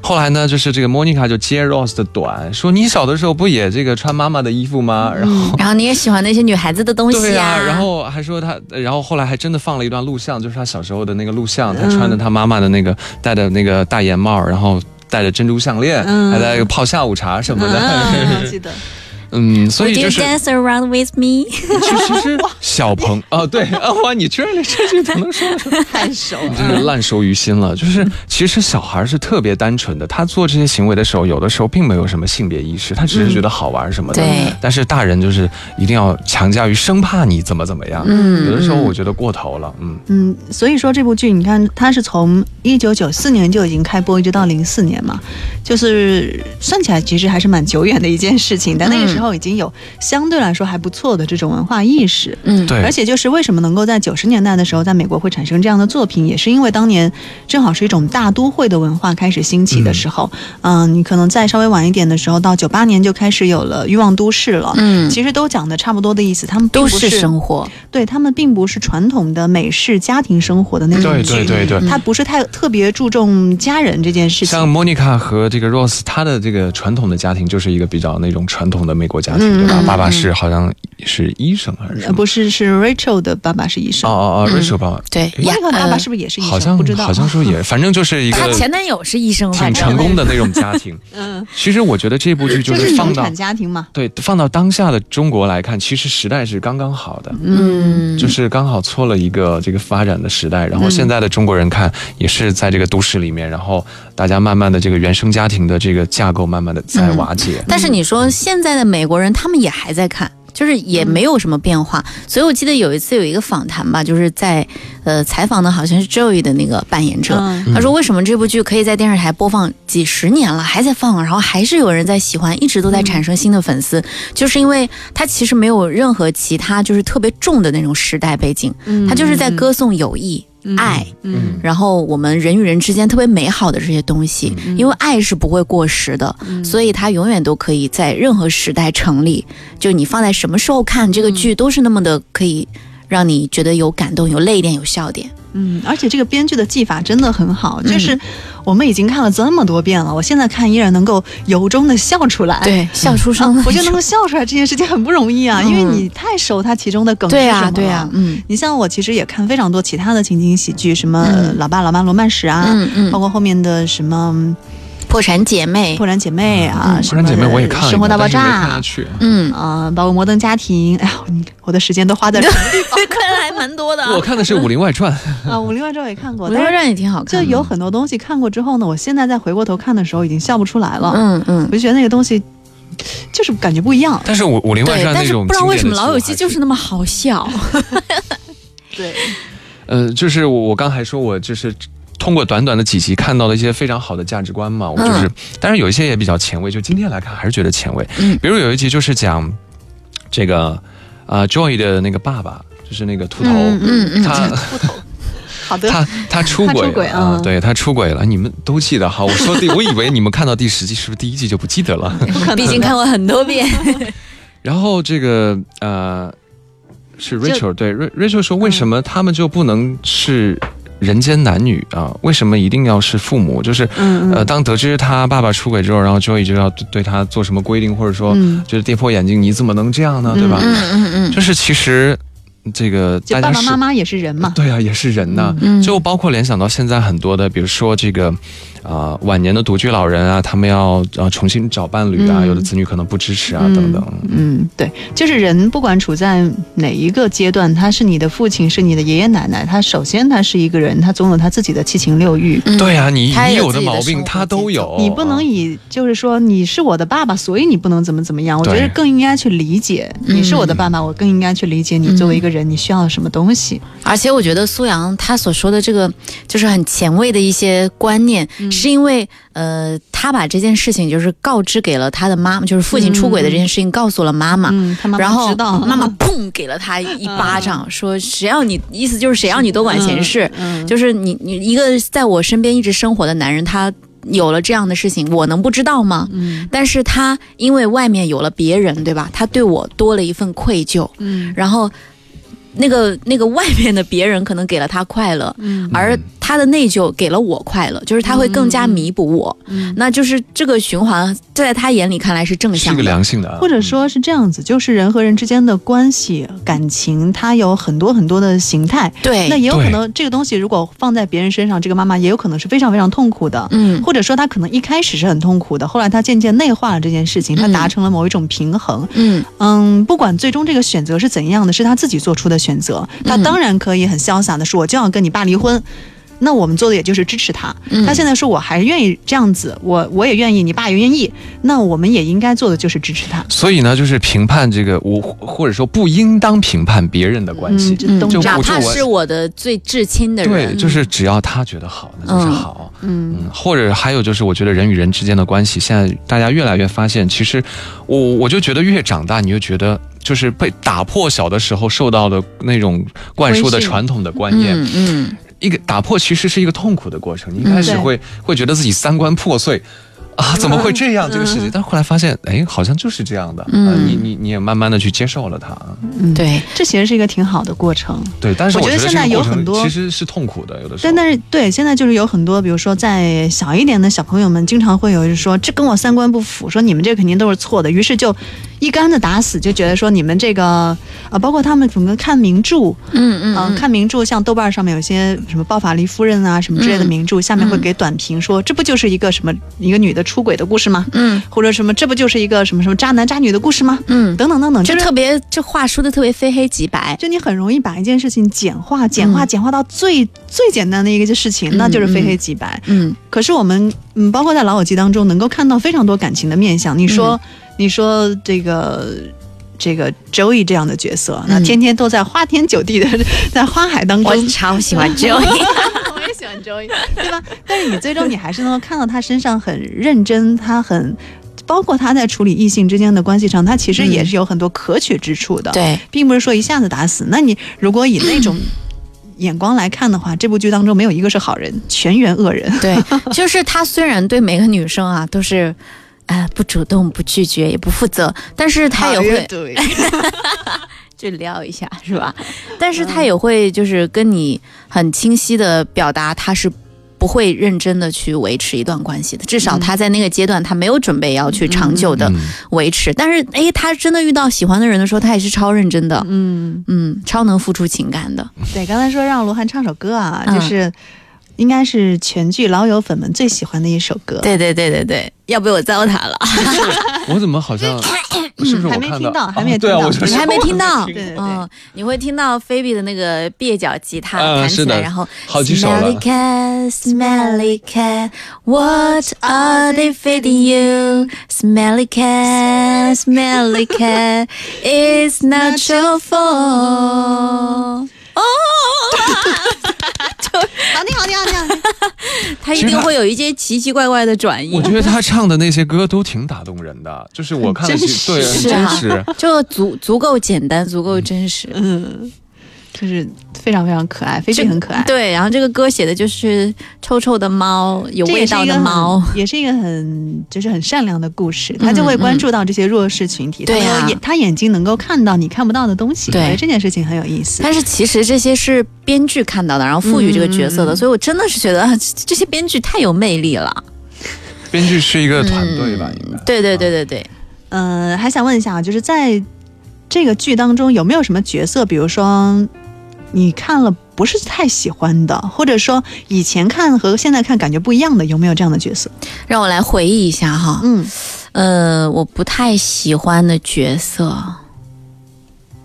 [SPEAKER 3] 后来呢，就是这个莫妮卡就揭 Rose 的短，说你小的时候不也这个穿妈妈的衣服吗？
[SPEAKER 1] 嗯
[SPEAKER 3] 然
[SPEAKER 1] [LAUGHS]
[SPEAKER 3] 后
[SPEAKER 2] 然后你也喜欢那些女孩子的东
[SPEAKER 3] 对
[SPEAKER 2] 西
[SPEAKER 3] 呀、
[SPEAKER 2] 啊
[SPEAKER 3] 然后还说他，呃然后后来还真的放了一段录像，就是他小时候的那个录像，
[SPEAKER 1] 嗯
[SPEAKER 3] 他穿着他妈妈的那个戴的那个大檐帽，然后戴着珍珠项链，
[SPEAKER 1] 嗯
[SPEAKER 3] 还在泡下午茶什么的。
[SPEAKER 1] [LAUGHS] 嗯，记得，
[SPEAKER 3] [LAUGHS] 嗯，所以
[SPEAKER 2] Would
[SPEAKER 3] 就
[SPEAKER 2] you
[SPEAKER 3] 是
[SPEAKER 2] dance around with me？
[SPEAKER 3] 其实是小
[SPEAKER 1] [LAUGHS]
[SPEAKER 3] 朋啊，对啊，哇，你居然连这句都能说得出来
[SPEAKER 1] 太熟了。
[SPEAKER 3] 真
[SPEAKER 1] [LAUGHS]
[SPEAKER 3] 是烂熟于心了。就是其实小孩是特别单纯的，他做这些行为的时候，有的时候并没有什么性别意识，他只是觉得好玩什么的。
[SPEAKER 2] 嗯对
[SPEAKER 3] 但是大人就是一定要强加于生怕你怎么怎么样。
[SPEAKER 2] 嗯
[SPEAKER 3] 有的时候我觉得过头了。嗯，
[SPEAKER 1] 嗯，所以说这部剧，你看它是从一九九四年就已经开播，一直到零四年嘛，就是算起来其实还是蛮久远的一件事情。但那个时候已经有相对来说还不错的这种文化意识。
[SPEAKER 2] 嗯，
[SPEAKER 3] 对。
[SPEAKER 1] 而且就是为什么能够在九十年代的时候，在美国会产生这样的作品，也是因为当年正好是一种大都会的文化开始兴起的时候。嗯、你可能再稍微晚一点的时候，到九八年就开始有了《欲望都市》了。
[SPEAKER 2] 嗯
[SPEAKER 1] 其实都讲的差不多的意思，他们并
[SPEAKER 2] [LAUGHS] 都
[SPEAKER 1] 不
[SPEAKER 2] 市生活，
[SPEAKER 1] 对他们并不是传统的美式家庭生活的那种
[SPEAKER 3] 对
[SPEAKER 1] 剧，
[SPEAKER 3] 对对对，
[SPEAKER 1] 他不是太特别注重家人这件事情。
[SPEAKER 3] 像莫妮卡和这个 Rose，她的这个传统的家庭就是一个比较那种传统的美国家庭，对吧？爸爸是好像是医生还是
[SPEAKER 1] 嗯
[SPEAKER 3] 什
[SPEAKER 1] 呃，
[SPEAKER 3] 么？
[SPEAKER 1] 不嗯是，是 Rachel 的爸爸是医生
[SPEAKER 3] 哦，哦哦，Rachel 爸爸，
[SPEAKER 2] 对
[SPEAKER 3] 诶
[SPEAKER 2] 呀
[SPEAKER 1] Rachel 的爸爸是不是也是医生？
[SPEAKER 3] 好像
[SPEAKER 1] 不知道，
[SPEAKER 3] 好像说也，反正就是一个
[SPEAKER 2] 她前男友是医生，啊嗯
[SPEAKER 3] 挺
[SPEAKER 2] 反
[SPEAKER 3] 成
[SPEAKER 2] 正
[SPEAKER 3] 功的
[SPEAKER 2] [LAUGHS]
[SPEAKER 3] 那种家庭。嗯，其实我觉得这部剧
[SPEAKER 1] [LAUGHS]
[SPEAKER 3] 就
[SPEAKER 1] 就是
[SPEAKER 3] 是放
[SPEAKER 1] 农
[SPEAKER 3] 到
[SPEAKER 1] 产家庭嘛。
[SPEAKER 3] 对放到当下的中国来看，其实时代是刚刚好的，
[SPEAKER 2] 嗯，
[SPEAKER 3] 就是刚好错了一个这个发展的时代。然后现在的中国人看也是在这个都市里面，然后大家慢慢的这个原生家庭的这个架构慢慢的在瓦解。
[SPEAKER 2] 但是你说现在的美国人，他们也还在看，就是也没有什么变化。所以我记得有一次有一个访谈吧，就是在呃采访的好像是 Joey 的那个扮演者，
[SPEAKER 1] 嗯
[SPEAKER 2] 他说为什么这部剧可以在电视台播放几十年了，还在放，然后还是有人在喜欢，一直都在产生新的粉丝，就是因为它其实没有任何其他就是特别重的那种时代背景，
[SPEAKER 1] 嗯
[SPEAKER 2] 它就是在歌颂友谊、爱。
[SPEAKER 3] 嗯，
[SPEAKER 2] 然后我们人与人之间特别美好的这些东西，因为爱是不会过时的，所以它永远都可以在任何时代成立。就你放在什么时候看这个剧，都是那么的可以让你觉得有感动、有泪点、有笑点。
[SPEAKER 1] 嗯，而且这个编剧的技法真的很好，
[SPEAKER 2] 嗯
[SPEAKER 1] 就是我们已经看了这么多遍了，我现在看依然能够由衷的笑出来。。
[SPEAKER 2] 对，嗯笑出
[SPEAKER 1] 啊
[SPEAKER 2] 声的，那
[SPEAKER 1] 我觉得能
[SPEAKER 2] 种
[SPEAKER 1] 够笑出来这件事情很不容易啊，因为你太熟它其中的梗是
[SPEAKER 2] 对
[SPEAKER 1] 什么
[SPEAKER 2] 呀，
[SPEAKER 1] 了。
[SPEAKER 2] 对呀，嗯
[SPEAKER 1] 你像我其实也看非常多其他的情景喜剧，什么
[SPEAKER 2] 嗯
[SPEAKER 1] 《老爸老妈罗曼史》啊，
[SPEAKER 2] 嗯
[SPEAKER 1] 包
[SPEAKER 2] 嗯，
[SPEAKER 1] 括后面的什么
[SPEAKER 2] 破产姐
[SPEAKER 1] 《
[SPEAKER 2] 妹
[SPEAKER 1] 破，产姐妹》啊，
[SPEAKER 2] 嗯
[SPEAKER 1] 什么
[SPEAKER 3] 不然姐妹我也看了一遍，
[SPEAKER 1] 生活大爆
[SPEAKER 3] 但是没看下
[SPEAKER 1] 炸》
[SPEAKER 3] 去。
[SPEAKER 2] 嗯，
[SPEAKER 1] 啊、包括《摩登家庭》。哎呀，我的时间都花
[SPEAKER 2] [LAUGHS]
[SPEAKER 1] 在
[SPEAKER 2] 看来还蛮多的啊。
[SPEAKER 3] 我看的是《武林外传》，
[SPEAKER 1] 啊，《武林外传》也看过，
[SPEAKER 2] 我觉
[SPEAKER 1] 但
[SPEAKER 2] 得
[SPEAKER 1] 是
[SPEAKER 2] 这也挺好看
[SPEAKER 1] 就
[SPEAKER 2] 的，
[SPEAKER 1] 有很多东西看过之后呢，我现在再回过头看的时候，已经笑不出来了。
[SPEAKER 2] 嗯嗯
[SPEAKER 1] 我。就觉得那个东西就是感觉不一样。
[SPEAKER 3] 但是《武武林外
[SPEAKER 2] 对，
[SPEAKER 3] 传》
[SPEAKER 2] 但
[SPEAKER 3] 那
[SPEAKER 2] 是
[SPEAKER 3] 种
[SPEAKER 2] 不知道
[SPEAKER 3] 经
[SPEAKER 2] 为
[SPEAKER 3] 典
[SPEAKER 2] 什么
[SPEAKER 3] 的
[SPEAKER 2] 老
[SPEAKER 3] 剧
[SPEAKER 2] 友
[SPEAKER 3] 还
[SPEAKER 2] 记就是是那么好笑，
[SPEAKER 1] 对，
[SPEAKER 3] 呃，就是我我刚才说我就是。通过短短的几集看到了一些非常好的价值观嘛，我
[SPEAKER 1] 嗯
[SPEAKER 3] 就是，当然有一些也比较前卫，就今天来看还是觉得前卫。
[SPEAKER 2] 嗯
[SPEAKER 3] 比如有一集就是讲这个啊、j o y 的那个爸爸，就是那个秃头，
[SPEAKER 1] 嗯
[SPEAKER 2] 嗯嗯，
[SPEAKER 3] 他
[SPEAKER 1] 不同。好的， [LAUGHS]
[SPEAKER 3] 他他出
[SPEAKER 1] 他
[SPEAKER 3] 轨了，
[SPEAKER 1] 出轨
[SPEAKER 3] 啊
[SPEAKER 1] 嗯
[SPEAKER 3] 对他出轨了，你们都记得哈。我说第，我以为你们看到第十集，是不是第一季就不记得了？
[SPEAKER 2] 毕竟看过很多遍，
[SPEAKER 3] 然后这个呃，是 Rachel 对 Ra- Rachel
[SPEAKER 1] 嗯
[SPEAKER 3] 说，为什么他们就不能是人间男女啊？为什么一定要是父母？就是
[SPEAKER 1] 嗯
[SPEAKER 3] 呃，当得知他爸爸出轨之后，然后 Joey 就要对对他做什么规定，或者说
[SPEAKER 1] 嗯
[SPEAKER 3] 就是跌破眼镜，你怎么能这样呢？
[SPEAKER 1] 嗯
[SPEAKER 3] 对吧？
[SPEAKER 2] 嗯嗯
[SPEAKER 3] 就是其实这个
[SPEAKER 1] 就爸
[SPEAKER 3] 大家
[SPEAKER 1] 爸
[SPEAKER 3] 是
[SPEAKER 1] 妈妈也是人嘛，
[SPEAKER 3] 对啊，也是人呐、
[SPEAKER 2] 嗯
[SPEAKER 3] 就包括联想到现在很多的，比如说这个，啊、晚年的独居老人啊，他们要呃重新找伴侣啊，
[SPEAKER 1] 嗯
[SPEAKER 3] 有的子女可能不支持啊，
[SPEAKER 1] 嗯
[SPEAKER 3] 等等。
[SPEAKER 1] 嗯，对，就是人不管处在哪一个阶段，他是你的父亲，是你的爷爷奶奶，他首先他是一个人，他总有他自己的七情六欲。
[SPEAKER 2] 嗯
[SPEAKER 3] 对啊，你
[SPEAKER 2] 他
[SPEAKER 3] 你
[SPEAKER 2] 也有
[SPEAKER 3] 有
[SPEAKER 2] 自己的
[SPEAKER 3] 毛
[SPEAKER 2] 生
[SPEAKER 3] 病
[SPEAKER 2] 活
[SPEAKER 3] 他都有，
[SPEAKER 1] 哦你不能
[SPEAKER 3] 啊
[SPEAKER 1] 以就是说你是我的爸爸，所以你不能怎么怎么样。我觉
[SPEAKER 3] 对
[SPEAKER 1] 得更应该去理解
[SPEAKER 2] 嗯
[SPEAKER 1] 你是我的爸爸，我更应该去理解你作为一个人，你需要什么东西。
[SPEAKER 2] 而且我觉得苏阳他所说的这个就是很前卫的一些观念，
[SPEAKER 1] 嗯
[SPEAKER 2] 是因为呃，他把这件事情就是告知给了他的妈妈，就是父亲出轨的这件事情告诉了妈妈。
[SPEAKER 1] 嗯，他妈
[SPEAKER 2] 然
[SPEAKER 1] 妈
[SPEAKER 2] 后
[SPEAKER 1] 知道，
[SPEAKER 2] 妈妈砰给了他一巴掌，说谁让你意思就是谁让你多管闲事，
[SPEAKER 1] 嗯
[SPEAKER 2] 就是你你一个在我身边一直生活的男人，他有了这样的事情，我能不知道吗？
[SPEAKER 1] 嗯
[SPEAKER 2] 但是他因为外面有了别人，对吧？他对我多了一份愧疚，
[SPEAKER 1] 嗯
[SPEAKER 2] 然后那个那个外面的别人可能给了他快乐，
[SPEAKER 1] 嗯
[SPEAKER 2] 而他的内疚给了我快乐，就是他会更加弥补我。
[SPEAKER 1] 嗯
[SPEAKER 2] 那就是这个循环，在他眼里看来是正
[SPEAKER 3] 是
[SPEAKER 2] 向
[SPEAKER 3] 个
[SPEAKER 2] 的。
[SPEAKER 3] 良性的啊，
[SPEAKER 1] 或者说是这样子，就是人和人之间的关系、感情，它有很多很多的形态。
[SPEAKER 2] 对，
[SPEAKER 1] 那也有
[SPEAKER 3] 对
[SPEAKER 1] 可能这个东西如果放在别人身上，这个妈妈也有可能是非常非常痛苦的。
[SPEAKER 2] 嗯，
[SPEAKER 1] 或者说她可能一开始是很痛苦的，后来她渐渐内化了这件事情，她
[SPEAKER 2] 嗯
[SPEAKER 1] 达成了某一种平衡。
[SPEAKER 2] 嗯，
[SPEAKER 1] 嗯，不管最终这个选择是怎样的，是她自己做出的选择，她
[SPEAKER 2] 嗯
[SPEAKER 1] 当然可以很潇洒的说，我就要跟你爸离婚。那我们做的也就是支持她。
[SPEAKER 2] 嗯
[SPEAKER 1] 她现在说我还愿意这样子，我我也愿意，你爸也愿意，那我们也应该做的就是支持她。
[SPEAKER 3] 所以呢，就是评判这个我，或者说不应当评判别人的关系。
[SPEAKER 1] 嗯
[SPEAKER 2] 嗯
[SPEAKER 1] 就
[SPEAKER 2] 哪
[SPEAKER 3] 我就
[SPEAKER 2] 怕
[SPEAKER 3] 我
[SPEAKER 2] 是我的最至亲的
[SPEAKER 3] 对，
[SPEAKER 2] 人，
[SPEAKER 3] 就是只要他觉得好，那就是好。
[SPEAKER 1] 嗯
[SPEAKER 3] 嗯，或者还有就是，我觉得人与人之间的关系，现在大家越来越发现，其实我我就觉得越长大，你就觉得就是被打破小的时候受到的那种灌输的
[SPEAKER 1] 规训
[SPEAKER 3] 传统的观念，
[SPEAKER 2] 嗯嗯，
[SPEAKER 3] 一个打破其实是一个痛苦的过程，你一开
[SPEAKER 1] 嗯
[SPEAKER 3] 始
[SPEAKER 1] 对嗯
[SPEAKER 3] 会、会觉得自己三观破碎。啊，怎么会这样？这个事情，但后来发现，哎，好像就是这样的。
[SPEAKER 2] 嗯
[SPEAKER 3] 啊你你你也慢慢的去接受了它。
[SPEAKER 2] 对，
[SPEAKER 1] 这其实是一个挺好的过程。
[SPEAKER 3] 对，但是
[SPEAKER 1] 我
[SPEAKER 3] 我
[SPEAKER 1] 觉得
[SPEAKER 3] 这
[SPEAKER 1] 现在
[SPEAKER 3] 个
[SPEAKER 1] 有
[SPEAKER 3] 过程
[SPEAKER 1] 很多
[SPEAKER 3] 其实是痛苦的，有的时候。
[SPEAKER 1] 但但是对，现在就是有很多，比如说在小一点的小朋友们，经常会有人说这跟我三观不符，说你们这肯定都是错的，于是就一竿子打死，就觉得说你们这个啊、呃包括他们整个看名著，
[SPEAKER 2] 嗯嗯
[SPEAKER 1] 嗯、
[SPEAKER 2] 嗯，
[SPEAKER 1] 看名著，像豆瓣上面有些什么《包法利夫人》啊什么之类的名著，下面会给短评说这不就是一个什么一个女的出轨的故事吗？
[SPEAKER 2] 嗯，
[SPEAKER 1] 或者什么这不就是一个什么什么渣男渣女的故事吗？
[SPEAKER 2] 嗯
[SPEAKER 1] 等等等等，
[SPEAKER 2] 就
[SPEAKER 1] 就是
[SPEAKER 2] 特别这话说的特别非黑即白，
[SPEAKER 1] 就你很容易把一件事情简化、
[SPEAKER 2] 嗯
[SPEAKER 1] 简化、简化到最最简单的一个事情，那就是非黑即白。
[SPEAKER 2] 嗯
[SPEAKER 1] 可是我们，嗯，包括在老友记当中，能够看到非常多感情的面相。你说，
[SPEAKER 2] 嗯
[SPEAKER 1] 你说这个。这个 Joey 这样的角色，那
[SPEAKER 2] 嗯
[SPEAKER 1] 天天都在花天酒地的， [LAUGHS] 在花海当中
[SPEAKER 2] 我，超喜欢
[SPEAKER 1] [LAUGHS]
[SPEAKER 2] Joey，
[SPEAKER 1] 我也喜欢 Joey，对吧？但是你最终你还是能够看到他身上很认真，他很，包括他在处理异性之间的关系上，他其实
[SPEAKER 2] 嗯
[SPEAKER 1] 也是有很多可取之处的。
[SPEAKER 2] 对，
[SPEAKER 1] 并不是说一下子打死。那你如果以
[SPEAKER 2] [CLEARS THROAT]
[SPEAKER 1] 那种眼光来看的话，这部剧当中没有一个是好人，全员恶人。
[SPEAKER 2] [LAUGHS] 对，就是他虽然对每个女生啊都是，呃，不主动、不拒绝、也不负责，但是他也会
[SPEAKER 1] 对，
[SPEAKER 2] [LAUGHS] 就撩一下，是吧？但是他也会就是跟你很清晰的表达，他是不会认真的去维持一段关系的。至少他在那个阶段，他没有准备要去长久的
[SPEAKER 3] 嗯
[SPEAKER 2] 维持。但是，哎，他真的遇到喜欢的人的时候，他也是超认真的，
[SPEAKER 1] 嗯，
[SPEAKER 2] 嗯，超能付出情感的。
[SPEAKER 1] 对。刚才说让罗涵唱首歌啊，
[SPEAKER 2] 嗯
[SPEAKER 1] 就是应该是全剧老友粉们最喜欢的一首歌。，
[SPEAKER 2] 对对对对对，要被我糟蹋了，
[SPEAKER 3] 我怎么
[SPEAKER 1] [LAUGHS]
[SPEAKER 3] 好像是不是我
[SPEAKER 1] 还没
[SPEAKER 3] 看
[SPEAKER 1] 听到还没
[SPEAKER 3] 啊对啊，
[SPEAKER 1] 听到
[SPEAKER 3] 我就
[SPEAKER 2] [LAUGHS] 你
[SPEAKER 3] 是
[SPEAKER 2] 还没听
[SPEAKER 3] [LAUGHS]
[SPEAKER 2] 到？
[SPEAKER 1] 对对对
[SPEAKER 2] 嗯，你会听到菲比的那个蹩脚吉他
[SPEAKER 3] 嗯
[SPEAKER 2] 弹起
[SPEAKER 3] 是
[SPEAKER 2] 来，
[SPEAKER 3] 的
[SPEAKER 2] 然后
[SPEAKER 3] 好几首了
[SPEAKER 2] Smelly cat, smelly cat, what are they feeding you? Smelly cat, smelly cat, it's not your fault. 哦，
[SPEAKER 1] 好听，好听，好听，好
[SPEAKER 2] [LAUGHS]
[SPEAKER 1] 听。
[SPEAKER 2] 他一定会有一些奇奇怪怪的转
[SPEAKER 3] 我
[SPEAKER 2] 音，
[SPEAKER 3] 觉得他唱的那些歌都挺打动人的，就是我看了
[SPEAKER 1] 真
[SPEAKER 3] 几
[SPEAKER 1] 实
[SPEAKER 3] 对
[SPEAKER 2] 是
[SPEAKER 3] 很
[SPEAKER 2] 啊
[SPEAKER 3] 真实。
[SPEAKER 2] 就足足够简单，足够真实。
[SPEAKER 1] 嗯，就是非常非常可爱，菲
[SPEAKER 2] 这
[SPEAKER 1] 菲很可爱。
[SPEAKER 2] 对，然后这个歌写的就是臭臭的猫，有
[SPEAKER 1] 这
[SPEAKER 2] 味
[SPEAKER 1] 也是
[SPEAKER 2] 道
[SPEAKER 1] 一个
[SPEAKER 2] 的猫。
[SPEAKER 1] [LAUGHS]
[SPEAKER 2] 嗯
[SPEAKER 1] 很，也是一个很就是很善良的故事，他就会关注到这些弱势群体，
[SPEAKER 2] 对啊
[SPEAKER 1] 他眼他眼睛能够看到你看不到的东西，
[SPEAKER 2] 对
[SPEAKER 1] 我觉得这件事情很有意思。
[SPEAKER 2] 但是其实这些是编剧看到的，然后赋予这个角色的，所以我真的是觉得啊 [LAUGHS] 这这些编剧太有魅力了。
[SPEAKER 3] 编剧是一个团队吧，应
[SPEAKER 1] 嗯
[SPEAKER 3] 该。
[SPEAKER 2] 对对对对对，
[SPEAKER 1] 呃，还想问一下啊，就是在这个剧当中有没有什么角色，比如说你看了不是太喜欢的，或者说以前看和现在看感觉不一样的，有没有这样的角色？
[SPEAKER 2] 让我来回忆一下哈。
[SPEAKER 1] 嗯，
[SPEAKER 2] 呃，我不太喜欢的角色，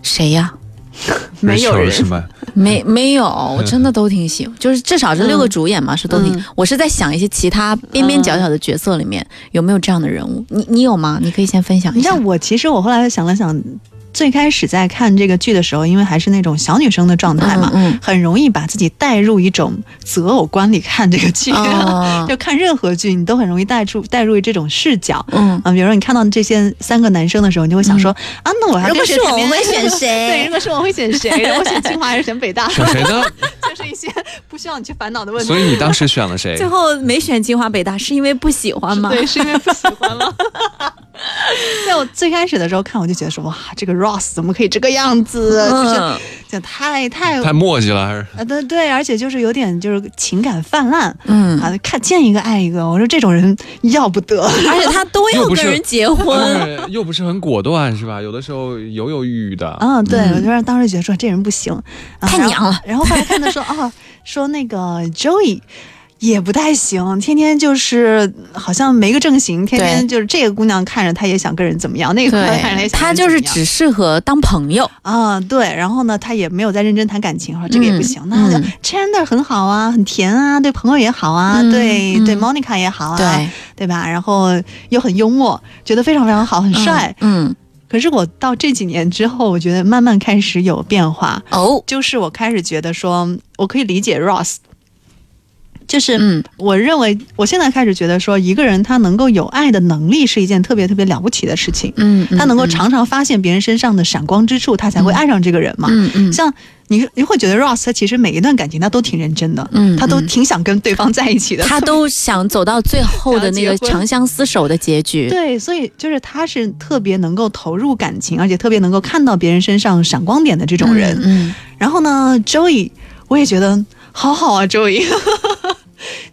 [SPEAKER 2] 谁 [LAUGHS] 呀？
[SPEAKER 1] 没有
[SPEAKER 3] Rachel
[SPEAKER 1] 人
[SPEAKER 3] 是吗？
[SPEAKER 2] 没没 [LAUGHS] 有，我真的都挺喜欢，就是至少这六个主演嘛，是都挺。
[SPEAKER 1] 嗯
[SPEAKER 2] 我是在想一些其他边边角角的角色里面、有没有这样的人物，你你有吗？你可以先分享一
[SPEAKER 1] 你知
[SPEAKER 2] 下
[SPEAKER 1] 道。我其实我后来想了想，最开始在看这个剧的时候，因为还是那种小女生的状态嘛，
[SPEAKER 2] 嗯嗯
[SPEAKER 1] 很容易把自己带入一种择偶观里看这个剧，
[SPEAKER 2] 哦
[SPEAKER 1] [LAUGHS] 就看任何剧，你都很容易带出带入这种视角。
[SPEAKER 2] 嗯，
[SPEAKER 1] 啊，比如说你看到这些三个男生的时候，你就会想说、啊，那我还
[SPEAKER 2] 如
[SPEAKER 1] 跟
[SPEAKER 2] 果
[SPEAKER 1] 谁
[SPEAKER 2] 是
[SPEAKER 1] 谈
[SPEAKER 2] 我，
[SPEAKER 1] 恋
[SPEAKER 2] 我
[SPEAKER 1] 爱 [LAUGHS]
[SPEAKER 2] 会选
[SPEAKER 1] 对，
[SPEAKER 2] 谁
[SPEAKER 1] 如？果是我会选
[SPEAKER 2] [LAUGHS]
[SPEAKER 1] 谁？我选清华还是选北大？
[SPEAKER 3] 选
[SPEAKER 1] [LAUGHS]
[SPEAKER 3] 谁呢？
[SPEAKER 1] 就是一些不需要你去烦恼的问题
[SPEAKER 3] 所。以你当时选了谁
[SPEAKER 2] 最？后没选清华北大，是因为不喜欢吗？ [LAUGHS]
[SPEAKER 1] 对，是因为不喜欢了。在我最开始的时候看，我就觉得说哇，这个 Ross 怎么可以这个样子？就是
[SPEAKER 2] 嗯
[SPEAKER 1] 就太太
[SPEAKER 3] 太墨迹了，还是
[SPEAKER 1] 啊，对对，而且就是有点就是情感泛滥，
[SPEAKER 2] 嗯
[SPEAKER 1] 啊，看见一个爱一个，我说这种人要不得。
[SPEAKER 2] [LAUGHS] 而且他都要
[SPEAKER 3] 又不
[SPEAKER 2] 跟
[SPEAKER 3] 是
[SPEAKER 2] 人结婚，
[SPEAKER 3] 哎又不是很果断，是吧？有的时候犹犹豫豫的。
[SPEAKER 1] 嗯，对，我就是当时觉得说这人不行，啊
[SPEAKER 2] 太娘了
[SPEAKER 1] 然后然后后来看他说啊，说那个 Joey。也不太行，天天就是好像没个正形，天天
[SPEAKER 2] 对
[SPEAKER 1] 就是这个姑娘看着他也想跟人怎么样，那个姑娘 [LAUGHS] 看着也
[SPEAKER 2] 对，
[SPEAKER 1] 想
[SPEAKER 2] 他
[SPEAKER 1] 跟人怎
[SPEAKER 2] 就
[SPEAKER 1] 么
[SPEAKER 2] 是
[SPEAKER 1] 样
[SPEAKER 2] 只适合当朋友，
[SPEAKER 1] 啊，对，然后呢，他也没有在认真谈感情，说这个也不行，那就
[SPEAKER 2] 嗯
[SPEAKER 1] Chandler 很好啊，很甜啊，对朋友也好啊，
[SPEAKER 2] 嗯
[SPEAKER 1] 对、对
[SPEAKER 2] 嗯
[SPEAKER 1] Monica 也好啊，
[SPEAKER 2] 对，
[SPEAKER 1] 吧？然后又很幽默，觉得非常非常好，很帅。
[SPEAKER 2] 嗯，
[SPEAKER 1] 可是我到这几年之后，我觉得慢慢开始有变化，
[SPEAKER 2] 嗯哦，
[SPEAKER 1] 就是我开始觉得说，我可以理解 Ross，就是
[SPEAKER 2] 嗯
[SPEAKER 1] 我认为我现在开始觉得说，一个人他能够有爱的能力是一件特别特别了不起的事情。
[SPEAKER 2] 嗯，嗯
[SPEAKER 1] 他能够，常常发现别人身上的闪光之处，他才会爱上这个人嘛。
[SPEAKER 2] 嗯嗯
[SPEAKER 1] 像你，你会觉得 Ross 他其实每一段感情他都挺认真的，
[SPEAKER 2] 嗯
[SPEAKER 1] 他都
[SPEAKER 2] 嗯
[SPEAKER 1] 挺想跟对方在一起的。
[SPEAKER 2] 他都想走到最后的那
[SPEAKER 1] 想要
[SPEAKER 2] 个
[SPEAKER 1] 结婚
[SPEAKER 2] 长相厮守的结局，
[SPEAKER 1] 对，所以就是他是特别能够投入感情，而且特别能够看到别人身上闪光点的这种人。
[SPEAKER 2] 嗯，
[SPEAKER 1] 然后呢，Joey，我也觉得好好啊，Joey，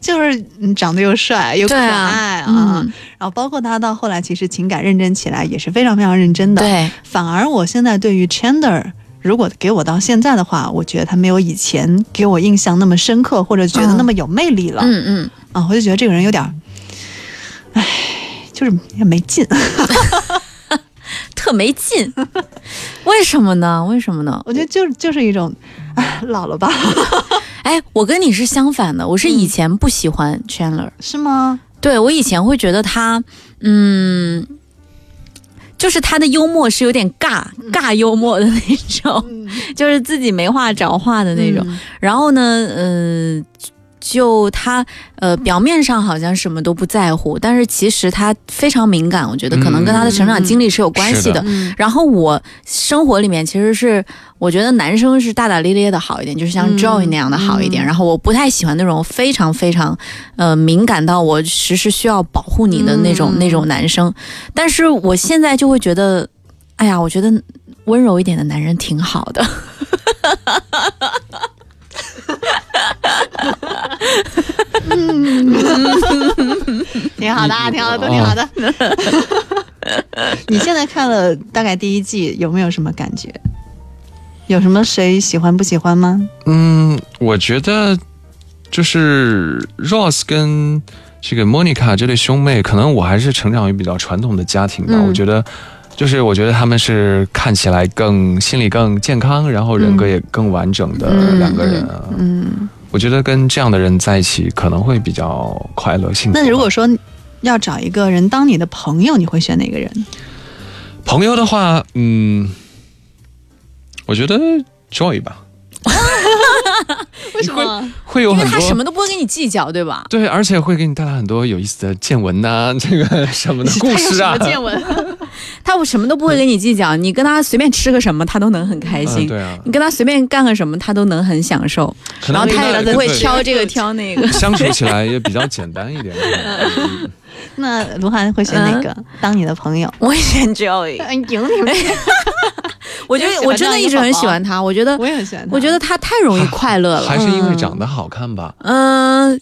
[SPEAKER 1] 就是嗯长得又帅又可
[SPEAKER 2] 对啊
[SPEAKER 1] 爱啊，
[SPEAKER 2] 嗯
[SPEAKER 1] 然后包括他到后来其实情感认真起来也是非常非常认真的。
[SPEAKER 2] 对，
[SPEAKER 1] 反而我现在对于 Chandler，如果给我到现在的话，我觉得他没有以前给我印象那么深刻，或者觉得那么有魅力了。
[SPEAKER 2] 嗯嗯，
[SPEAKER 1] 啊，我就觉得这个人有点儿，唉，就是也没劲。 [LAUGHS]
[SPEAKER 2] 特没劲， [LAUGHS] 为什么呢？为什么呢？
[SPEAKER 1] 我觉得就就是一种，唉，老了吧？
[SPEAKER 2] 哎，我跟你是相反的，我是
[SPEAKER 1] 嗯
[SPEAKER 2] 以前不喜欢 Chandler，、
[SPEAKER 1] 是吗？
[SPEAKER 2] 对我以前会觉得他，嗯，就是他的幽默是有点尬尬幽默的那种，就是自己没话找话的那种。然后呢，嗯、就他呃，表面上好像什么都不在乎，但是其实他非常敏感，我觉得可能跟他的成长经历是有关系的。
[SPEAKER 1] 嗯
[SPEAKER 2] 然后我生活里面其实是，我觉得男生是大大咧咧的好一点，就是像
[SPEAKER 1] 嗯
[SPEAKER 2] Joy 那样的好一点。
[SPEAKER 1] 嗯
[SPEAKER 2] 然后我不太喜欢那种非常非常，呃，敏感到我时时需要保护你的那种、
[SPEAKER 1] 嗯
[SPEAKER 2] 那种男生。但是我现在就会觉得，哎呀，我觉得温柔一点的男人挺好的。
[SPEAKER 1] 挺好的啊，
[SPEAKER 3] 嗯
[SPEAKER 1] 挺好的，
[SPEAKER 3] 哦
[SPEAKER 1] 挺好的。 [LAUGHS] 你现在看了大概第一季，有没有什么感觉？有什么谁喜欢不喜欢吗？
[SPEAKER 3] 嗯，我觉得就是 Ross 跟这个 Monica 这对兄妹，可能我还是成长于比较传统的家庭吧。
[SPEAKER 1] 嗯
[SPEAKER 3] 我觉得，就是我觉得他们是看起来更心理更健康，然后人格也更完整的
[SPEAKER 1] 嗯
[SPEAKER 3] 两个人啊。
[SPEAKER 1] 嗯，
[SPEAKER 3] 我觉得跟这样的人在一起可能会比较快乐幸福吧。
[SPEAKER 1] 那如果说要找一个人当你的朋友，你会选哪个人？
[SPEAKER 3] 朋友的话，嗯，我觉得 Joy 吧，
[SPEAKER 1] 为什
[SPEAKER 3] 么？会有
[SPEAKER 2] 因为
[SPEAKER 3] 很
[SPEAKER 2] 他
[SPEAKER 3] 多
[SPEAKER 2] 什么都不会跟你计较，对吧？
[SPEAKER 3] 对，而且会给你带来很多有意思的见闻呐、 [LAUGHS] 这个什么的故事啊。
[SPEAKER 1] 闻？
[SPEAKER 2] 他我什么都不会跟你计较，你跟他随便吃个什么，他都能很开心。
[SPEAKER 3] 嗯对啊
[SPEAKER 2] 你跟他随便干个什么，他都能很享受，
[SPEAKER 3] 可
[SPEAKER 2] 然
[SPEAKER 3] 能
[SPEAKER 2] 后
[SPEAKER 3] 跟
[SPEAKER 2] 他也
[SPEAKER 3] 对
[SPEAKER 2] 不会
[SPEAKER 3] 对
[SPEAKER 2] 挑这个挑那个。
[SPEAKER 3] 相处起来也比较简单一点。嗯
[SPEAKER 1] [LAUGHS] 那卢涵会选哪个？当你的朋友？
[SPEAKER 2] [LAUGHS] 我也选 Joey，
[SPEAKER 1] 嗯，赢你们！
[SPEAKER 2] 我觉
[SPEAKER 1] 也喜
[SPEAKER 2] 得
[SPEAKER 1] 欢
[SPEAKER 2] 我真的一直很喜欢他，我觉得
[SPEAKER 1] [LAUGHS] 我也很喜欢他。
[SPEAKER 2] 我觉得他太容易快乐了
[SPEAKER 3] 嗯还。是因为长得好看吧？
[SPEAKER 2] 嗯，呃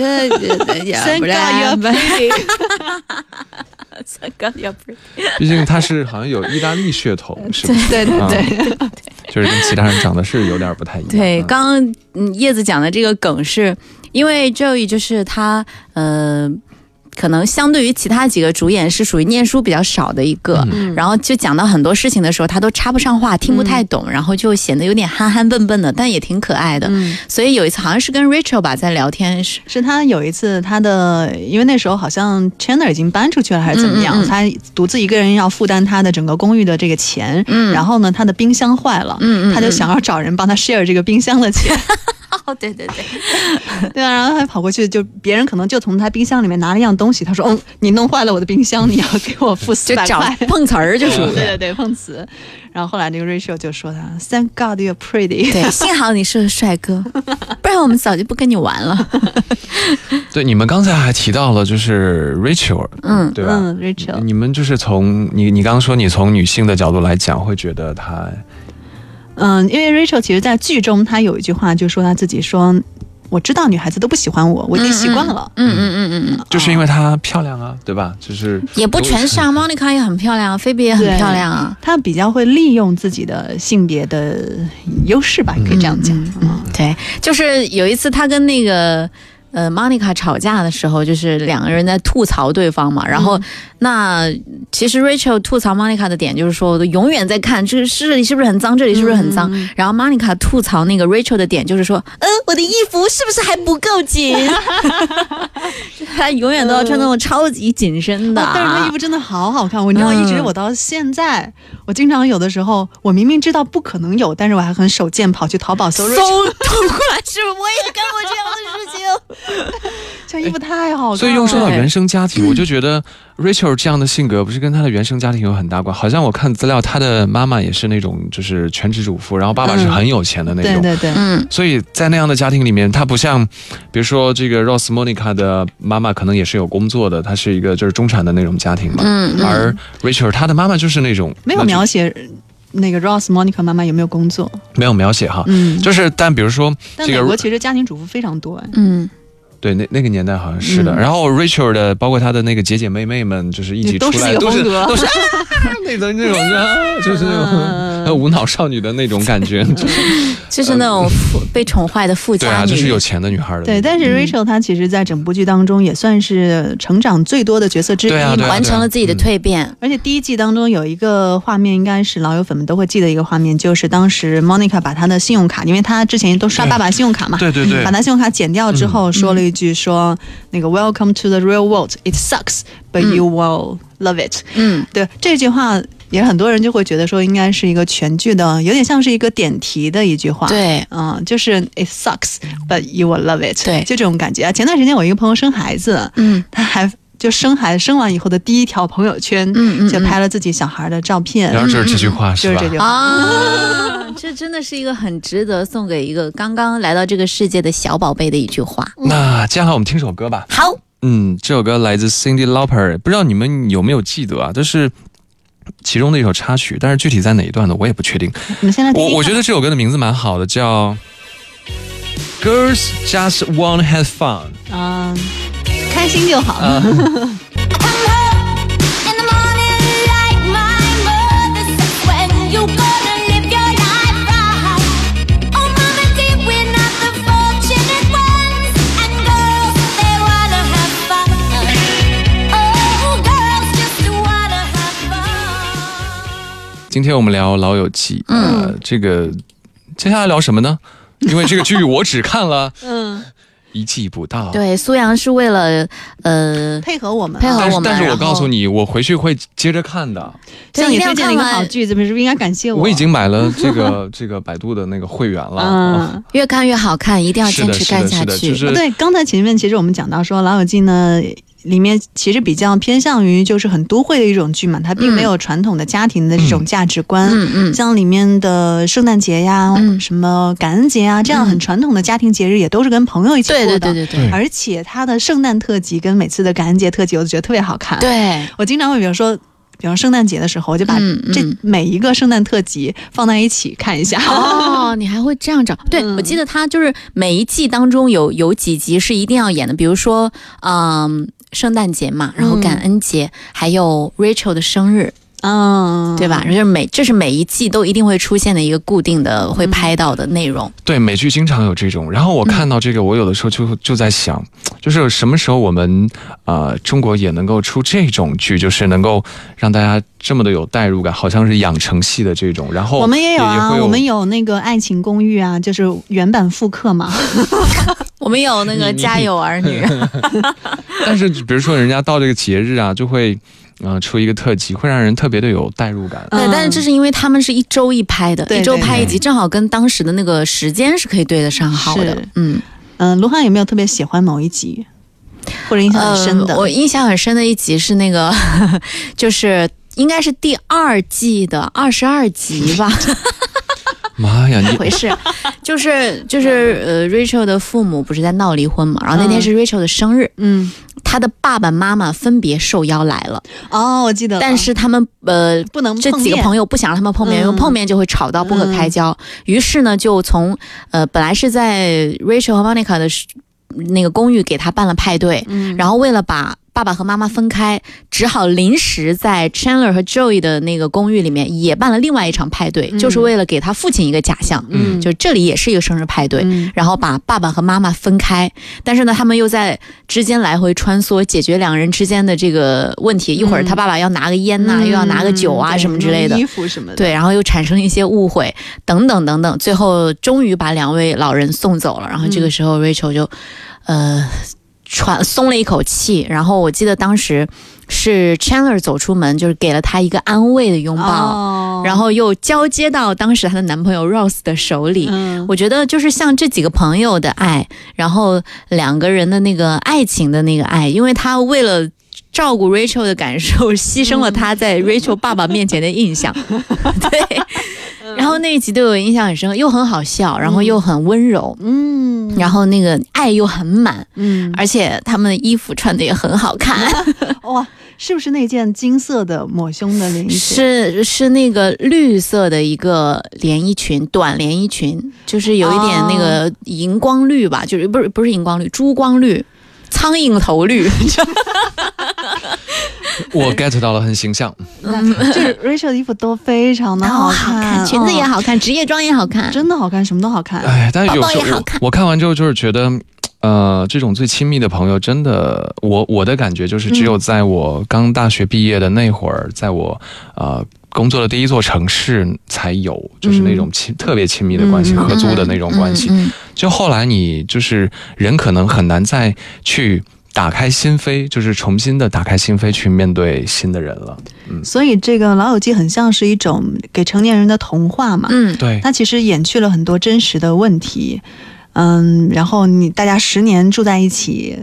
[SPEAKER 2] [LAUGHS] 呃，
[SPEAKER 1] Thank
[SPEAKER 2] 不
[SPEAKER 1] God
[SPEAKER 2] 然 [LAUGHS]
[SPEAKER 1] you're pretty
[SPEAKER 2] 三个要不然
[SPEAKER 3] 毕竟他是好像有意大利血统，
[SPEAKER 2] [LAUGHS]
[SPEAKER 3] 是不是？
[SPEAKER 1] 对对
[SPEAKER 3] 啊
[SPEAKER 1] 对，
[SPEAKER 3] 就是跟其他人长得是有点不太一样。
[SPEAKER 2] 对，
[SPEAKER 3] 嗯
[SPEAKER 2] 刚刚嗯叶子讲的这个梗是因为 Joey 就是他，呃，可能相对于其他几个主演是属于念书比较少的一个，然后就讲到很多事情的时候，他都插不上话，听不太懂，然后就显得有点憨憨笨笨的，但也挺可爱的。
[SPEAKER 1] 嗯
[SPEAKER 2] 所以有一次好像是跟 Rachel 吧在聊天，是
[SPEAKER 1] 是他有一次他的，因为那时候好像 Chandler 已经搬出去了还是怎么样，
[SPEAKER 2] 嗯嗯嗯
[SPEAKER 1] 他独自一个人要负担他的整个公寓的这个钱，
[SPEAKER 2] 嗯
[SPEAKER 1] 然后呢，他的冰箱坏了，
[SPEAKER 2] 嗯嗯嗯
[SPEAKER 1] 他就想要找人帮他 share 这个冰箱的
[SPEAKER 2] [LAUGHS]
[SPEAKER 1] 钱，
[SPEAKER 2] 哦，对对对，
[SPEAKER 1] 对啊，然后他跑过去，就别人可能就从他冰箱里面拿了一样东西，他说，嗯，你弄坏了我的冰箱，你要给我付四
[SPEAKER 2] [LAUGHS] 就
[SPEAKER 1] 百
[SPEAKER 2] 找
[SPEAKER 1] 块。
[SPEAKER 2] 碰瓷儿就属于 [LAUGHS]
[SPEAKER 1] 对。对对，碰瓷。然后后来那个 Rachel 就说他，Thank God you're pretty。
[SPEAKER 2] 对，幸好你是个帅哥，不然我们早就不跟你玩了。
[SPEAKER 3] 对，你们刚才还提到了就是 Rachel，
[SPEAKER 2] 嗯
[SPEAKER 3] 对吧？
[SPEAKER 1] 嗯，Rachel，
[SPEAKER 3] 你们就是从你你刚刚说你从女性的角度来讲，会觉得她
[SPEAKER 1] 嗯，因为 Rachel 其实在剧中她有一句话就说她自己说，我知道女孩子都不喜欢我，我已经习惯了。
[SPEAKER 2] 嗯嗯嗯嗯嗯，
[SPEAKER 3] 就是因为她漂亮啊，对吧？就是
[SPEAKER 2] 也不全是啊，Monica 也很漂亮啊，菲比也很
[SPEAKER 1] 对
[SPEAKER 2] 漂亮啊。
[SPEAKER 1] 她比较会利用自己的性别的优势吧，可以这样讲。嗯
[SPEAKER 2] 对，就是有一次他跟那个呃 Monica 吵架的时候，就是两个人在吐槽对方嘛。然
[SPEAKER 1] 嗯
[SPEAKER 2] 后、那其实 Rachel 吐槽 Monica 的点就是说，我都永远在看这这里是不是很脏，这里是不是很脏。
[SPEAKER 1] 嗯
[SPEAKER 2] 然后 Monica 吐槽那个 Rachel 的点就是说，嗯，我的衣服是不是还不够紧？ [LAUGHS] 就是她永远都要穿那种超级紧身的、
[SPEAKER 1] 啊但是
[SPEAKER 2] [LAUGHS]
[SPEAKER 1] 她衣服真的好好看，我你知道，
[SPEAKER 2] 嗯
[SPEAKER 1] 一直我到现在，我经常有的时候，我明明知道不可能有，但是我还很手贱跑去淘宝搜 Rachel，
[SPEAKER 2] 搜同款是我也干过这样的事情。
[SPEAKER 1] 这衣服太好看了。
[SPEAKER 3] 所以用说到
[SPEAKER 2] 对
[SPEAKER 3] 原生家庭，我就觉得 Rachel 这样的性格不是跟她的原生家庭有很大关。好像我看资料，她的妈妈也是那种就是全职主妇，然后爸爸是
[SPEAKER 1] 嗯
[SPEAKER 3] 很有钱的那
[SPEAKER 1] 对
[SPEAKER 3] 种。
[SPEAKER 1] 对对，
[SPEAKER 2] 嗯
[SPEAKER 3] 所以在那样的家庭里面，她不像，比如说这个 Rose Monica 的妈妈可能也是有工作的，她是一个就是中产的那种家庭嘛。
[SPEAKER 2] 嗯嗯，
[SPEAKER 3] 而 Rachel 她的妈妈就是那种
[SPEAKER 1] 没有
[SPEAKER 3] 那就
[SPEAKER 1] 描写那个 Ross Monica 妈妈有没有工作。
[SPEAKER 3] 没有描写哈，
[SPEAKER 1] 嗯，
[SPEAKER 3] 就是但比如说
[SPEAKER 1] 但
[SPEAKER 3] 这
[SPEAKER 1] 美
[SPEAKER 3] 个
[SPEAKER 1] 国其实家庭主妇非常多哎。
[SPEAKER 2] 嗯
[SPEAKER 3] 对，那那个年代好像是的。
[SPEAKER 1] 嗯
[SPEAKER 3] 然后 Rachel 的，包括她的那个姐姐妹妹们，就是一起出
[SPEAKER 1] 都是那
[SPEAKER 3] 来
[SPEAKER 1] 个
[SPEAKER 3] 都是
[SPEAKER 1] 风格
[SPEAKER 3] 都是、啊、那种那种
[SPEAKER 1] [LAUGHS]
[SPEAKER 3] 啊，就是那种、
[SPEAKER 1] 嗯
[SPEAKER 3] [LAUGHS] 呃无脑少女的那种
[SPEAKER 1] [LAUGHS]
[SPEAKER 3] 感觉。就是
[SPEAKER 2] 就是那种富被宠坏的富
[SPEAKER 3] 呃对
[SPEAKER 2] 家
[SPEAKER 3] 啊，
[SPEAKER 2] 女，
[SPEAKER 3] 就是有钱的女孩的。
[SPEAKER 1] 对，但是 Rachel 她其实，在整部剧当中也算是成长最多的角色之一
[SPEAKER 3] 对啊
[SPEAKER 1] 嘛。
[SPEAKER 3] 对啊
[SPEAKER 2] 完成了自己的蜕变。
[SPEAKER 1] 而且第一季当中有一个画面，应该是老友粉们都会记得一个画面，就是当时 Monica 把她的信用卡，因为她之前都刷爸爸信用卡嘛，
[SPEAKER 3] 对对嗯对
[SPEAKER 1] 把她信用卡剪掉之后，说了一句说那个 Welcome to the real world, it sucks, but you
[SPEAKER 3] 嗯
[SPEAKER 1] will love it。
[SPEAKER 2] 嗯
[SPEAKER 1] 对这句话，也很多人就会觉得说，应该是一个全剧的，有点像是一个点题的一句话。。
[SPEAKER 2] 对，
[SPEAKER 1] 嗯，就是 it sucks, but you will love it。
[SPEAKER 2] 对
[SPEAKER 1] 就这种感觉啊。前段时间我一个朋友生孩子，
[SPEAKER 2] 嗯
[SPEAKER 1] 他还就生孩生完以后的第一条朋友圈，
[SPEAKER 2] 嗯嗯
[SPEAKER 1] 就拍了自己小孩的照片，
[SPEAKER 3] 然后就是这句话
[SPEAKER 1] 嗯就是是
[SPEAKER 3] 吧
[SPEAKER 1] 这？句话。
[SPEAKER 2] 啊， [LAUGHS] 这真的是一个很值得送给一个刚刚来到这个世界的小宝贝的一句话。
[SPEAKER 3] 那接下来我们听首歌吧。
[SPEAKER 2] 好，
[SPEAKER 3] 嗯，这首歌来自 Cindy Lauper，不知道你们有没有记得啊？这是其中的一首插曲，但是具体在哪一段呢，我也不确定。
[SPEAKER 1] 你们现在听
[SPEAKER 3] 我
[SPEAKER 1] 一下
[SPEAKER 3] 我觉得这首歌的名字蛮好的，叫 Girls Just Want to Have Fun。
[SPEAKER 1] 嗯，开心就好。
[SPEAKER 3] 呃
[SPEAKER 5] Come home in the morning like my mother says. When you gonna live your life right? Oh, mama dear, we're not the fortunate ones, and girls they wanna have fun. Oh, girls just wanna have fun.
[SPEAKER 3] 今天我们聊《老友记》，呃，这个接下来聊什么呢？因为这个剧我只看了
[SPEAKER 1] 嗯，
[SPEAKER 3] 一季不到，，
[SPEAKER 2] 对，苏阳是为了呃，
[SPEAKER 1] 配合我们啊，
[SPEAKER 2] 配合
[SPEAKER 3] 但
[SPEAKER 2] 我
[SPEAKER 3] 是
[SPEAKER 2] 们
[SPEAKER 3] 但是我
[SPEAKER 2] 然后
[SPEAKER 3] 告诉你，我回去会接着看的。
[SPEAKER 1] 像你
[SPEAKER 2] 对
[SPEAKER 1] 推荐了一个
[SPEAKER 2] 一定要看
[SPEAKER 1] 好
[SPEAKER 2] 完
[SPEAKER 1] 剧，怎么是不是应该感谢我？
[SPEAKER 3] 我已经买了这个这个百度的那个会员了，
[SPEAKER 1] 嗯。
[SPEAKER 2] 越看越好看，一定要
[SPEAKER 3] 是
[SPEAKER 2] 坚
[SPEAKER 3] 的，
[SPEAKER 2] 持
[SPEAKER 3] 是
[SPEAKER 2] 看
[SPEAKER 3] 的，
[SPEAKER 2] 下
[SPEAKER 3] 是的，就
[SPEAKER 2] 去。
[SPEAKER 1] 哦
[SPEAKER 3] 是
[SPEAKER 1] 对，刚才前面其实我们讲到说，《老友记》呢。里面其实比较偏向于就是很都会的一种剧嘛，它并
[SPEAKER 3] 嗯
[SPEAKER 1] 没有传统的家庭的这种价值观，
[SPEAKER 2] 嗯嗯
[SPEAKER 1] 像里面的圣诞节呀、
[SPEAKER 2] 嗯
[SPEAKER 1] 什么感恩节啊，这样很传统的家庭节日，也都是跟朋友一起过
[SPEAKER 2] 对
[SPEAKER 1] 的。
[SPEAKER 2] 对对对对
[SPEAKER 3] 对
[SPEAKER 1] 而且它的圣诞特辑跟每次的感恩节特辑，我都觉得特别好
[SPEAKER 2] 嗯
[SPEAKER 1] 看。，
[SPEAKER 2] 对，
[SPEAKER 1] 我经常会比如说。比方圣诞节的时候，我就把
[SPEAKER 2] 嗯嗯
[SPEAKER 1] 这
[SPEAKER 2] [LAUGHS]
[SPEAKER 1] 每一个圣诞特辑放在一起看一下。
[SPEAKER 2] 哦，你还会这样找？对，我记得他就是每一季当中有有几集是一定要演的，比如说，嗯。圣诞节嘛，然后感恩节，还有 Rachel 的生日，
[SPEAKER 1] 嗯，
[SPEAKER 2] 对吧？？就是每这是每一季都一定会出现的一个固定的会拍到的内容。
[SPEAKER 3] 对美剧经常有这种。然后我看到这个，我有的时候就就在想，就是什么时候我们呃中国也能够出这种剧，就是能够让大家这么的有代入感，好像是养成系的这种。然后
[SPEAKER 1] 我们也有啊，
[SPEAKER 3] 哦会有
[SPEAKER 1] 我们有那个《爱情公寓》啊，就是原版复刻嘛。
[SPEAKER 2] 我们有那个
[SPEAKER 3] 你
[SPEAKER 2] 《家有儿
[SPEAKER 3] [LAUGHS]
[SPEAKER 2] 女》，
[SPEAKER 3] 但是比如说人家到这个节日啊，就会嗯、呃出一个特辑，会让人特别的有代入感。
[SPEAKER 2] 对，但
[SPEAKER 1] 嗯
[SPEAKER 2] 是这是因为他们是一周一拍的，
[SPEAKER 1] 对
[SPEAKER 2] 一周
[SPEAKER 1] 对
[SPEAKER 2] 拍一集，
[SPEAKER 3] 对
[SPEAKER 2] 正好跟当时的那个时间是可以对得上号的
[SPEAKER 1] 是。
[SPEAKER 2] 嗯，
[SPEAKER 1] 嗯，卢汉有没有特别喜欢某一集，或者印象很深的？
[SPEAKER 2] 呃。我印象很深的一集是那个， [LAUGHS]
[SPEAKER 3] [LAUGHS]
[SPEAKER 2] 就是应该是第二季的二十二集吧。
[SPEAKER 3] 妈呀，
[SPEAKER 2] 一
[SPEAKER 3] 你
[SPEAKER 2] 回事，就是就是呃，Rachel 的父母不是在闹离婚嘛，然后那天是 Rachel 的生日，
[SPEAKER 1] 嗯，
[SPEAKER 2] 他的爸爸妈妈分别受邀来了，
[SPEAKER 1] 哦，我记得了，
[SPEAKER 2] 但是他们呃
[SPEAKER 1] 不能
[SPEAKER 2] 这
[SPEAKER 1] 嗯碰
[SPEAKER 2] 几个
[SPEAKER 1] 面
[SPEAKER 2] 朋友不想让他们碰面，因为
[SPEAKER 1] 嗯
[SPEAKER 2] 碰面就会吵到不可开交。于是呢，就从呃本来是在 Rachel 和 Monica 的是那个公寓给他办了派对，
[SPEAKER 1] 嗯
[SPEAKER 2] 然后为了把爸爸和妈妈分开，只好临时在 Chandler 和 Joey 的那个公寓里面也办了另外一场派
[SPEAKER 1] 嗯
[SPEAKER 2] 对，就是为了给他父亲一个假象，
[SPEAKER 3] 嗯
[SPEAKER 2] 就这里也是一个生日派对，
[SPEAKER 1] 嗯
[SPEAKER 2] 然后把爸爸和妈妈分开。但是呢，他们又在之间来回穿梭，解决两人之间的这个问题。一会儿他爸爸要拿个烟
[SPEAKER 1] 嗯
[SPEAKER 2] 呐、又要拿个酒啊、
[SPEAKER 1] 对
[SPEAKER 2] 什么之类的
[SPEAKER 1] 弄。衣服什么的，
[SPEAKER 2] 对，然后又产生一些误会，等等等等，最后终于把两位老人送走了。然后这个时候，Rachel 就，呃，喘松了一口气。然后我记得当时是 Chandler 走出门，就是给了她一个安慰的拥抱，
[SPEAKER 1] 哦，
[SPEAKER 2] 然后又交接到当时她的男朋友 Rose 的手里。
[SPEAKER 1] 嗯，
[SPEAKER 2] 我觉得就是像这几个朋友的爱，然后两个人的那个爱情的那个爱，因为他为了。照顾 Rachel 的感受， [LAUGHS] 牺牲了他
[SPEAKER 1] 嗯
[SPEAKER 2] 在 Rachel 爸爸面前的印
[SPEAKER 1] [LAUGHS]
[SPEAKER 2] 象。对，
[SPEAKER 1] 嗯
[SPEAKER 2] 然后那一集对我印象很深，又很好笑，然后又很温柔，
[SPEAKER 1] 嗯
[SPEAKER 2] 然后那个爱又很满，
[SPEAKER 1] 嗯，
[SPEAKER 2] 而且他们的衣服穿的也很好看。
[SPEAKER 1] 哇，是不是那件金色的抹胸的连衣裙？
[SPEAKER 2] 是是那个绿色的一个连衣裙，短连衣裙，就是有一点
[SPEAKER 1] 哦
[SPEAKER 2] 那个荧光绿吧，就是不是不是荧光绿，珠光绿。苍蝇头绿，
[SPEAKER 3] [LAUGHS] 我 get 到了，很形象。
[SPEAKER 2] [LAUGHS]
[SPEAKER 1] 就是 Rachel 的衣服都非常的
[SPEAKER 2] 然后嗯好
[SPEAKER 1] 看，哦
[SPEAKER 2] 看，裙子也
[SPEAKER 1] 嗯、
[SPEAKER 2] 好看，职业装也好看，
[SPEAKER 1] 真的好看，什么都好看。
[SPEAKER 3] 哎，但是有
[SPEAKER 2] 包包
[SPEAKER 3] 时
[SPEAKER 2] 啊也好
[SPEAKER 3] 候我
[SPEAKER 2] 看
[SPEAKER 3] 我看完之后就是觉得，呃，这种最亲密的朋友，真的，我我的感觉就是，只有在我刚大学毕业的那会儿，在我呃工作的第一座城市才有，就是那
[SPEAKER 2] 嗯
[SPEAKER 3] 种亲、特别亲密的关系，
[SPEAKER 1] 嗯
[SPEAKER 3] 合租的那种关系。
[SPEAKER 2] 嗯嗯
[SPEAKER 3] 就后来你就是人可能很难再去打开心扉，就是重新的打开心扉去面对新的人了。
[SPEAKER 1] 所以这个《老友记》很像是一种给成年人的童话嘛，
[SPEAKER 2] 嗯，
[SPEAKER 3] 对，
[SPEAKER 1] 它其实掩去了很多真实的问题。嗯，然后你大家十年住在一起，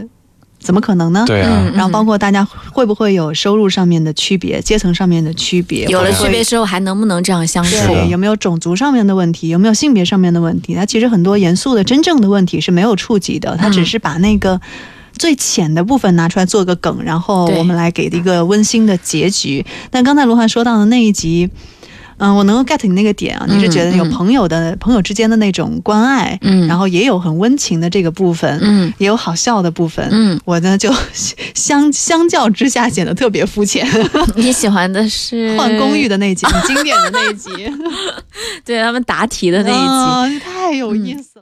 [SPEAKER 1] 怎么可能呢？
[SPEAKER 3] 对啊，
[SPEAKER 2] 嗯
[SPEAKER 1] 然后包括大家会不会有收入上面的区别、阶层上面的区别，
[SPEAKER 2] 有了
[SPEAKER 1] 会不
[SPEAKER 2] 区
[SPEAKER 1] 会
[SPEAKER 2] 别之后还能不能这样相处？
[SPEAKER 3] 是的
[SPEAKER 1] 对，有没有种族上面的问题，有没有性别上面的问题？它其实很多严肃的、真正的问题是没有触及的，它
[SPEAKER 2] 嗯
[SPEAKER 1] 只是把那个。最浅的部分拿出来做个梗，然后
[SPEAKER 2] 对
[SPEAKER 1] 我们来给一个温馨的结局。但刚才卢涵说到的那一集，嗯、我能够 get 你那个点啊，你是觉得有
[SPEAKER 2] 嗯嗯
[SPEAKER 1] 朋友的、朋友之间的那种关爱，
[SPEAKER 2] 嗯
[SPEAKER 1] 然后也有很温情的这个部分，
[SPEAKER 2] 嗯
[SPEAKER 1] 也有好笑的部分，
[SPEAKER 2] 嗯，
[SPEAKER 1] 我呢就 [LAUGHS] 相相较之下显得特别肤浅。
[SPEAKER 2] [LAUGHS] 你喜欢的是
[SPEAKER 1] 换公寓，的那一集，很经典的那一集。
[SPEAKER 2] [LAUGHS]
[SPEAKER 1] 嗯
[SPEAKER 2] 对他们答题的那一集，
[SPEAKER 1] 一集、太有意思了。